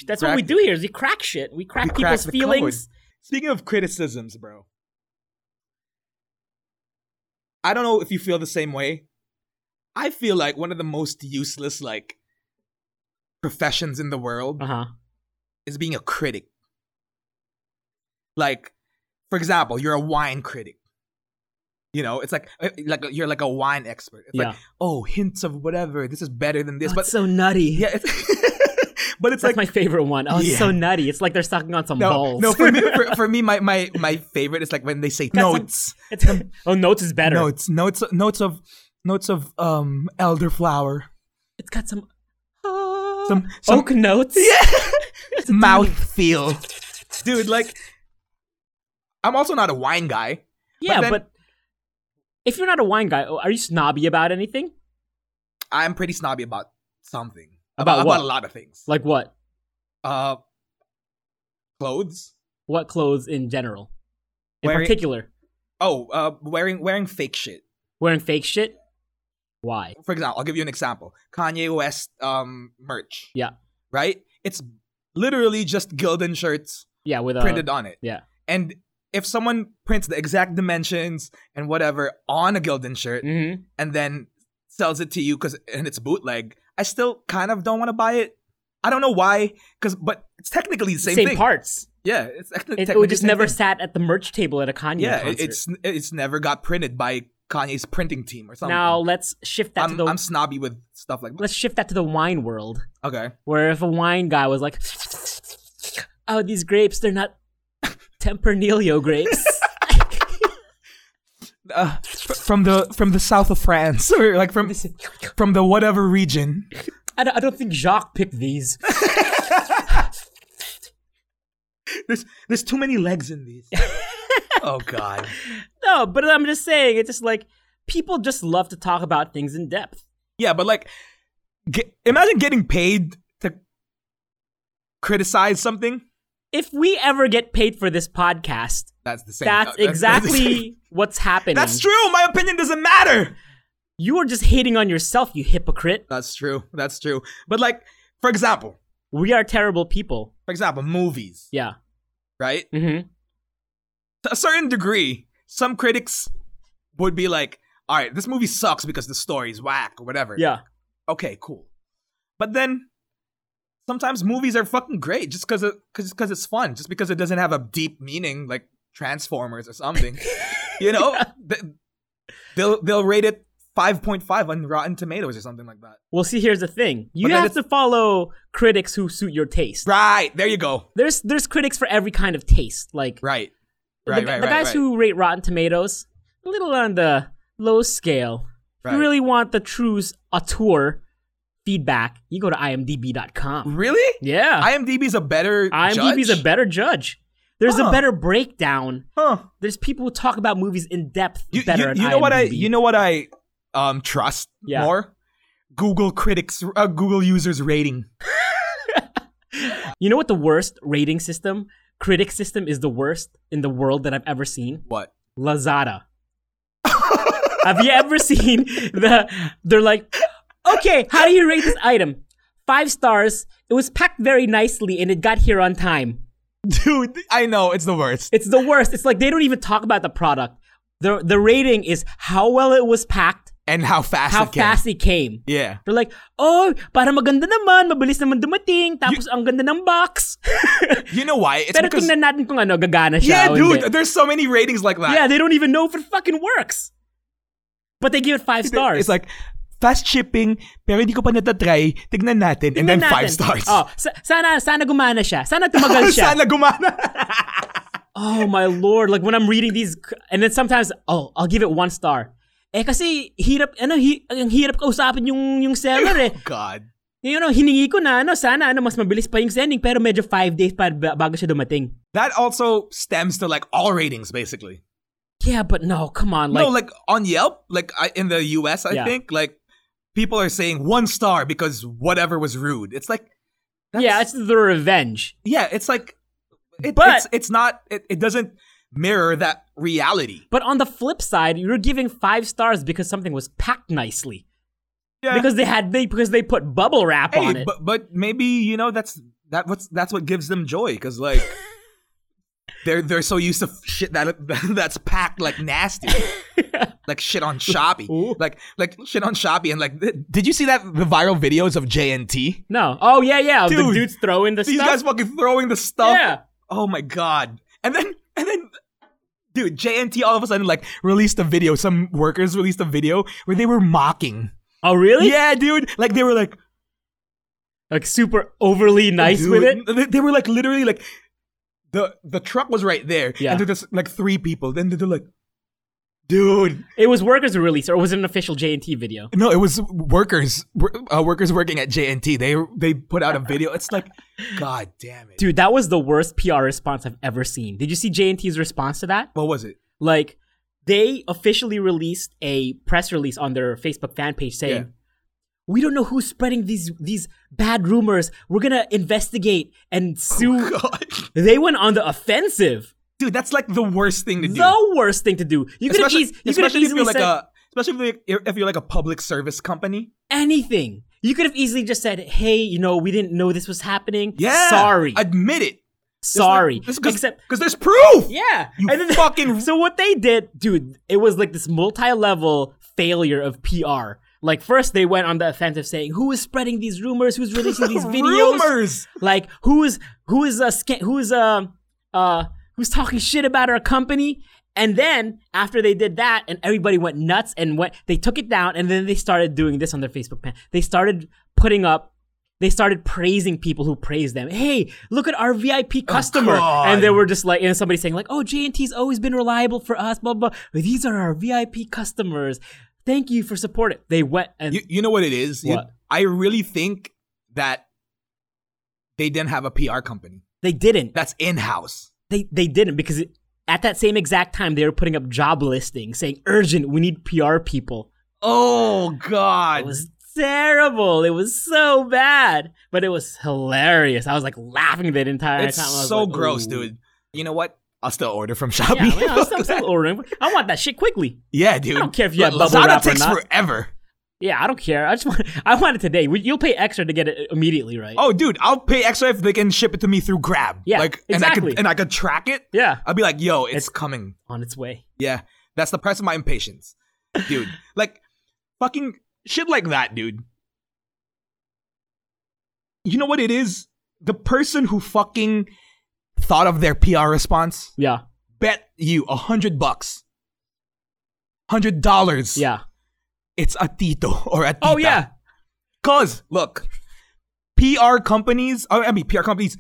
Speaker 1: That's what we
Speaker 2: Cracked
Speaker 1: do here is we crack shit. We crack
Speaker 2: We
Speaker 1: people's
Speaker 2: cracked the
Speaker 1: feelings.
Speaker 2: Speaking of criticisms, bro. I don't know if you feel the same way. I feel like one of the most useless like professions in the world
Speaker 1: Uh huh.
Speaker 2: is being a critic. Like for example, you're a wine critic. You know, it's like uh, like you're like a wine expert. It's
Speaker 1: Yeah.
Speaker 2: like, "Oh, hints of whatever. This is better than this."
Speaker 1: Oh,
Speaker 2: but
Speaker 1: it's so nutty.
Speaker 2: [laughs] yeah, it's but it's [laughs]
Speaker 1: That's
Speaker 2: like
Speaker 1: my favorite one. Oh, it's
Speaker 2: Yeah.
Speaker 1: so nutty. It's like they're sucking on some
Speaker 2: no,
Speaker 1: balls. [laughs]
Speaker 2: no, for me, for, for me, my, my, my favorite is like when they say
Speaker 1: Got some-
Speaker 2: notes,
Speaker 1: it's, oh, notes is better.
Speaker 2: notes, notes, notes of, notes of um elderflower,
Speaker 1: It's got some,
Speaker 2: some, some [laughs]
Speaker 1: oak notes.
Speaker 2: mouth feel, dude. Like, I'm also not a wine guy.
Speaker 1: yeah, but,
Speaker 2: then-
Speaker 1: if you're not a wine guy, oh, are you snobby about anything?
Speaker 2: I'm pretty snobby about something,
Speaker 1: About
Speaker 2: about
Speaker 1: what?
Speaker 2: a lot of things.
Speaker 1: Like what?
Speaker 2: uh, clothes.
Speaker 1: What clothes in general? In
Speaker 2: Wearing-
Speaker 1: particular,
Speaker 2: Oh, uh, wearing wearing fake shit.
Speaker 1: wearing fake shit. Why?
Speaker 2: for example, I'll give you an example. Kanye West um merch.
Speaker 1: Yeah.
Speaker 2: Right? It's literally just Gildan shirts
Speaker 1: Yeah, with uh, a
Speaker 2: printed on it.
Speaker 1: yeah.
Speaker 2: And if someone prints the exact dimensions and whatever on a Gildan shirt
Speaker 1: Mhm.
Speaker 2: and then sells it to you cuz and it's bootleg, I still kind of don't want to buy it. I don't know why cuz but it's technically the same, thing.
Speaker 1: parts.
Speaker 2: Yeah, it's
Speaker 1: It,
Speaker 2: techni- technically
Speaker 1: it would just
Speaker 2: the same
Speaker 1: never
Speaker 2: thing.
Speaker 1: sat at the merch table at a Kanye
Speaker 2: Yeah, it-
Speaker 1: concert.
Speaker 2: it's it's never got printed by Kanye's printing team or something.
Speaker 1: now let's shift that to
Speaker 2: I'm,
Speaker 1: the
Speaker 2: I'm snobby with stuff like
Speaker 1: let's shift that to the wine world,
Speaker 2: okay.
Speaker 1: where if a wine guy was like, "Oh, these grapes, they're not Tempranillo
Speaker 2: [laughs]
Speaker 1: grapes."
Speaker 2: uh, fr- from the from the south of France [laughs] or like from from the whatever region.
Speaker 1: I, don't, I don't think Jacques picked these.
Speaker 2: There's there's too many legs in these. [laughs] oh God.
Speaker 1: No, but I'm just saying, it's just like people just love to talk about things in depth.
Speaker 2: Yeah, but like, ge- imagine getting paid to criticize something.
Speaker 1: If we ever get paid for this podcast,
Speaker 2: That's the same.
Speaker 1: that's
Speaker 2: [laughs]
Speaker 1: exactly what's happening.
Speaker 2: That's true. My opinion doesn't matter.
Speaker 1: You are just hating on yourself, you hypocrite.
Speaker 2: That's true. That's true. But like, for example,
Speaker 1: We are terrible people.
Speaker 2: for example, movies,
Speaker 1: Yeah.
Speaker 2: right?
Speaker 1: Mm-hmm.
Speaker 2: To a certain degree, some critics would be like, "All right, this movie sucks because the story's whack or whatever."
Speaker 1: Yeah.
Speaker 2: Okay, cool. But then sometimes movies are fucking great just because because because it's fun, just because it doesn't have a deep meaning like Transformers or something.
Speaker 1: [laughs]
Speaker 2: you know, Th- they'll they'll rate it. 5.5 on Rotten Tomatoes or something like that.
Speaker 1: Well, see, here's the thing. You
Speaker 2: But then
Speaker 1: have to follow critics who suit your taste.
Speaker 2: Right, there you go.
Speaker 1: There's there's critics for every kind of taste. Like
Speaker 2: Right.
Speaker 1: the,
Speaker 2: Right,
Speaker 1: gu-
Speaker 2: right,
Speaker 1: the
Speaker 2: right,
Speaker 1: guys
Speaker 2: right.
Speaker 1: who rate Rotten Tomatoes, a little on the low scale. If
Speaker 2: Right.
Speaker 1: you really want the true auteur feedback, you go to imdb.com.
Speaker 2: Really?
Speaker 1: Yeah.
Speaker 2: IMDb's a better
Speaker 1: IMDb is a
Speaker 2: judge?
Speaker 1: better judge. There's
Speaker 2: Huh.
Speaker 1: a better breakdown.
Speaker 2: Huh.
Speaker 1: There's people who talk about movies in depth
Speaker 2: You,
Speaker 1: better.
Speaker 2: you,
Speaker 1: on
Speaker 2: you know what I
Speaker 1: IMDb.
Speaker 2: you know what I um trust
Speaker 1: Yeah.
Speaker 2: more? Google critics uh, Google users rating.
Speaker 1: You know what the worst rating system, critic system is the worst in the world that I've ever seen?
Speaker 2: What? [laughs]
Speaker 1: Lazada. Have you ever seen the they're like, "Okay, how do you rate this item?" 5 stars. It was packed very nicely and it got here on time.
Speaker 2: Dude, I know it's the worst.
Speaker 1: It's the worst. It's like they don't even talk about the product. The the rating is how well it was packed,
Speaker 2: And how fast
Speaker 1: how
Speaker 2: it came.
Speaker 1: fast it came.
Speaker 2: Yeah.
Speaker 1: They're like, "Oh, para maganda naman, mabilis naman dumating, tapos ang ganda ng box."
Speaker 2: You know why? It's
Speaker 1: Pero
Speaker 2: because
Speaker 1: tingnan natin kung ano gagana siya.
Speaker 2: Yeah,
Speaker 1: o
Speaker 2: dude,
Speaker 1: hindi.
Speaker 2: there's so many ratings like that.
Speaker 1: Yeah, they don't even know if it fucking works. But they give it five stars.
Speaker 2: It's like fast shipping, pero hindi ko pa natatry, tignan natin, and then
Speaker 1: Tingnan
Speaker 2: five
Speaker 1: natin.
Speaker 2: stars.
Speaker 1: Oh, sa- sana sana gumana siya. Sana
Speaker 2: [laughs]
Speaker 1: tumagal siya.
Speaker 2: Sana gumana.
Speaker 1: Oh my lord, like when I'm reading these c- and then sometimes oh, I'll give it one star. Eh kasi hirap ano hi, ang hirap kausapin yung yung seller eh.
Speaker 2: [laughs] God.
Speaker 1: You know, hiningi ko na ano, sana ano mas mabilis pa yung sending pero medyo five days pa ba- bago siya dumating.
Speaker 2: That also stems to like all ratings basically.
Speaker 1: Yeah, but no, come on, like,
Speaker 2: no, like on Yelp, like I, in the U.S., I
Speaker 1: Yeah.
Speaker 2: think like people are saying one star because whatever was rude. It's like, that's-
Speaker 1: yeah, it's the revenge.
Speaker 2: yeah, it's like, it,
Speaker 1: But-
Speaker 2: it's it's not, it, it doesn't mirror that reality.
Speaker 1: But on the flip side, you're giving five stars because something was packed nicely.
Speaker 2: Yeah,
Speaker 1: because they had they because they put bubble wrap on
Speaker 2: hey,
Speaker 1: it.
Speaker 2: but but maybe you know that's that what's that's what gives them joy
Speaker 1: [laughs]
Speaker 2: because like. They're, they're so used to shit that [laughs] that's packed
Speaker 1: [laughs]
Speaker 2: like nasty, like shit on Shopee,
Speaker 1: Ooh.
Speaker 2: like like shit on Shopee, and like th- did you see that the viral videos of JNT?
Speaker 1: no. Oh yeah, yeah. the
Speaker 2: Dude,
Speaker 1: dudes throwing the
Speaker 2: These
Speaker 1: stuff.
Speaker 2: guys fucking throwing the stuff.
Speaker 1: Yeah.
Speaker 2: Oh my god. And then and then dude, JNT all of a sudden like released a video. Some workers released a video where they were mocking.
Speaker 1: oh really?
Speaker 2: Yeah, dude. Like they were like
Speaker 1: Like super overly nice
Speaker 2: dude,
Speaker 1: with it.
Speaker 2: They, they were like literally like the the truck was right there.
Speaker 1: Yeah.
Speaker 2: And they're just like three people. Then they're like Dude,
Speaker 1: It was workers release or was it an official J and T video?
Speaker 2: no! It was workers, wor- uh, workers working at JNT. They they put out a video.
Speaker 1: [laughs]
Speaker 2: It's like, god damn it!
Speaker 1: Dude, that was the worst PR response I've ever seen. Did you see J and T's response to that?
Speaker 2: What was it?
Speaker 1: Like they officially released a press release on their Facebook fan page saying
Speaker 2: Yeah.
Speaker 1: We don't know who's spreading these these bad rumors. We're gonna investigate and sue.
Speaker 2: Oh, God,
Speaker 1: they went on the offensive.
Speaker 2: dude, that's like the worst thing to do.
Speaker 1: the worst thing to do. You could have
Speaker 2: especially,
Speaker 1: eas- you could have
Speaker 2: especially if
Speaker 1: easily
Speaker 2: you're like
Speaker 1: said
Speaker 2: a especially if you're, if you're like a public service company.
Speaker 1: anything. You could have easily just said, "Hey, you know, we didn't know this was happening. sorry,
Speaker 2: admit it.
Speaker 1: sorry." Except,
Speaker 2: because there's proof.
Speaker 1: yeah,
Speaker 2: you
Speaker 1: And then- [laughs]
Speaker 2: fucking-
Speaker 1: so what they did, dude, it was like this multi-level failure of PR. Like first they went on the offensive saying, "Who is spreading these rumors? Who's releasing
Speaker 2: [laughs]
Speaker 1: these videos?
Speaker 2: Rumors.
Speaker 1: Like who is who is uh, sca- who is uh, uh who's talking shit about our company? And then after they did that, and everybody went nuts and went, they took it down, and then they started doing this on their Facebook page. They started putting up. They started praising people who praised them. Hey, look at our VIP customer,
Speaker 2: Oh, God.
Speaker 1: and they were just like, and somebody saying like, "Oh, J and T's always been reliable for us." Blah blah. blah. These are our VIP customers. Thank you for supporting. They went and
Speaker 2: You, you know what it is? You-
Speaker 1: What?
Speaker 2: I really think that they didn't have a PR company.
Speaker 1: They didn't.
Speaker 2: That's in house.
Speaker 1: They they didn't because it, at that same exact time they were putting up job listings saying urgent. We need PR people.
Speaker 2: Oh God.
Speaker 1: It was terrible. It was so bad, but it was hilarious. I was like laughing the entire
Speaker 2: it's
Speaker 1: time. I was
Speaker 2: so
Speaker 1: like,
Speaker 2: gross,
Speaker 1: "Ooh."
Speaker 2: dude. You know what? I'll still order from [laughs]
Speaker 1: Yeah,
Speaker 2: Shopee.
Speaker 1: yeah, I'm still- I'm still ordering. I want that shit quickly.
Speaker 2: Yeah, dude.
Speaker 1: I don't care if you have
Speaker 2: Look,
Speaker 1: bubble wrap
Speaker 2: Lazada
Speaker 1: or
Speaker 2: takes
Speaker 1: not.
Speaker 2: forever.
Speaker 1: Yeah, I don't care. I just [laughs] want I want it today. We- You'll pay extra to get it immediately, right?
Speaker 2: Oh, dude, I'll pay extra if they can ship it to me through Grab.
Speaker 1: Yeah,
Speaker 2: like, And I
Speaker 1: exactly.
Speaker 2: could and I could track it.
Speaker 1: yeah,
Speaker 2: I'll be like, yo, it's,
Speaker 1: It's-
Speaker 2: coming.
Speaker 1: on its way.
Speaker 2: Yeah, that's the price of my impatience, dude.
Speaker 1: [laughs]
Speaker 2: like, fucking shit like that, dude. You know what it is? The person who fucking thought of their PR response
Speaker 1: Yeah,
Speaker 2: bet you a hundred bucks, hundred dollars.
Speaker 1: yeah.
Speaker 2: it's a tito or a tita.
Speaker 1: [laughs] Oh yeah,
Speaker 2: Cause look, PR companies, oh, I mean PR companies,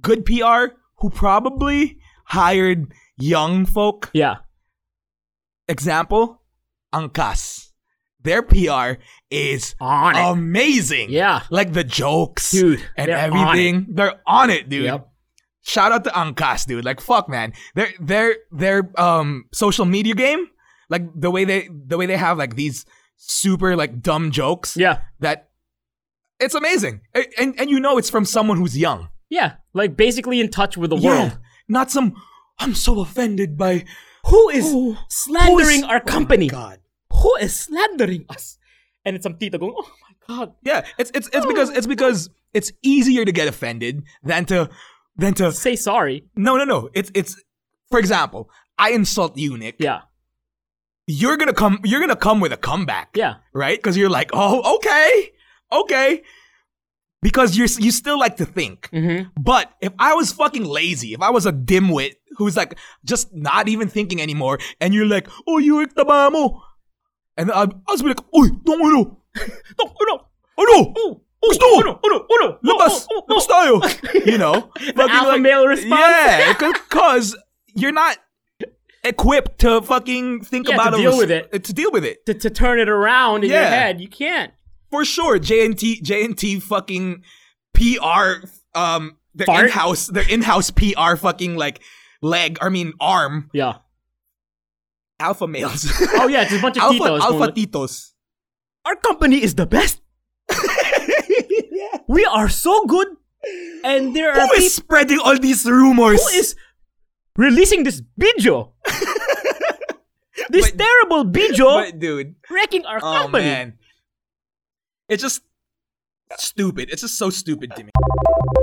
Speaker 2: good PR who probably hired young folk.
Speaker 1: yeah.
Speaker 2: Example, Angkas. Their PR is
Speaker 1: On it.
Speaker 2: amazing.
Speaker 1: Yeah.
Speaker 2: Like the jokes
Speaker 1: Dude,
Speaker 2: and
Speaker 1: they're on
Speaker 2: everything. They're on it, dude.
Speaker 1: Yep.
Speaker 2: Shout out to Angkas, dude. Like fuck man. Their their their um social media game, like the way they the way they have like these super like dumb jokes
Speaker 1: Yeah,
Speaker 2: that it's amazing. A- And, and you know it's from someone who's young.
Speaker 1: yeah. Like basically in touch with the world.
Speaker 2: Not some I'm so offended by Oh, who is
Speaker 1: Slandering
Speaker 2: who is-
Speaker 1: our company.
Speaker 2: God.
Speaker 1: Who is slandering Oh us? And it's some tita going, oh my god.
Speaker 2: Yeah, it's it's it's because it's because it's easier to get offended than to than to
Speaker 1: Say sorry.
Speaker 2: No, no, no. It's it's for example, I insult you, Nick.
Speaker 1: Yeah,
Speaker 2: You're going to come you're going to come with a comeback.
Speaker 1: yeah,
Speaker 2: right? Because you're like, oh, okay, okay, because you're you still like to think.
Speaker 1: Mhm.
Speaker 2: But if I was fucking lazy, if I was a dimwit who's like just not even thinking anymore, and you're like, oh, you taba mo, and I, I was be like, oh, don't uno, don't
Speaker 1: oh,
Speaker 2: uno, uno,
Speaker 1: Ooh,
Speaker 2: gusto,
Speaker 1: uno, uno, uno,
Speaker 2: labas,
Speaker 1: oh, oh, oh,
Speaker 2: labas tayo, you
Speaker 1: [laughs]
Speaker 2: know, the
Speaker 1: alpha male response.
Speaker 2: yeah, because you're not. Equipped to fucking think
Speaker 1: Yeah, to
Speaker 2: about a
Speaker 1: deal
Speaker 2: res-
Speaker 1: with it.
Speaker 2: To deal with it.
Speaker 1: To, to turn it around in your
Speaker 2: Yeah.
Speaker 1: head, you can't.
Speaker 2: for sure JNT JNT fucking PR um their
Speaker 1: Fart?
Speaker 2: in-house their in-house PR fucking like leg I mean arm
Speaker 1: Yeah.
Speaker 2: alpha males
Speaker 1: Oh
Speaker 2: [laughs]
Speaker 1: yeah, it's a bunch of
Speaker 2: alpha
Speaker 1: titos.
Speaker 2: alpha
Speaker 1: going,
Speaker 2: titos
Speaker 1: our company is the best.
Speaker 2: [laughs] yeah.
Speaker 1: We are so good, and there are
Speaker 2: who is
Speaker 1: people
Speaker 2: spreading all these rumors
Speaker 1: who is releasing this
Speaker 2: [laughs]
Speaker 1: video. this
Speaker 2: But-
Speaker 1: terrible video
Speaker 2: but dude
Speaker 1: wrecking our
Speaker 2: oh
Speaker 1: company.
Speaker 2: man it's just stupid it's just so stupid to me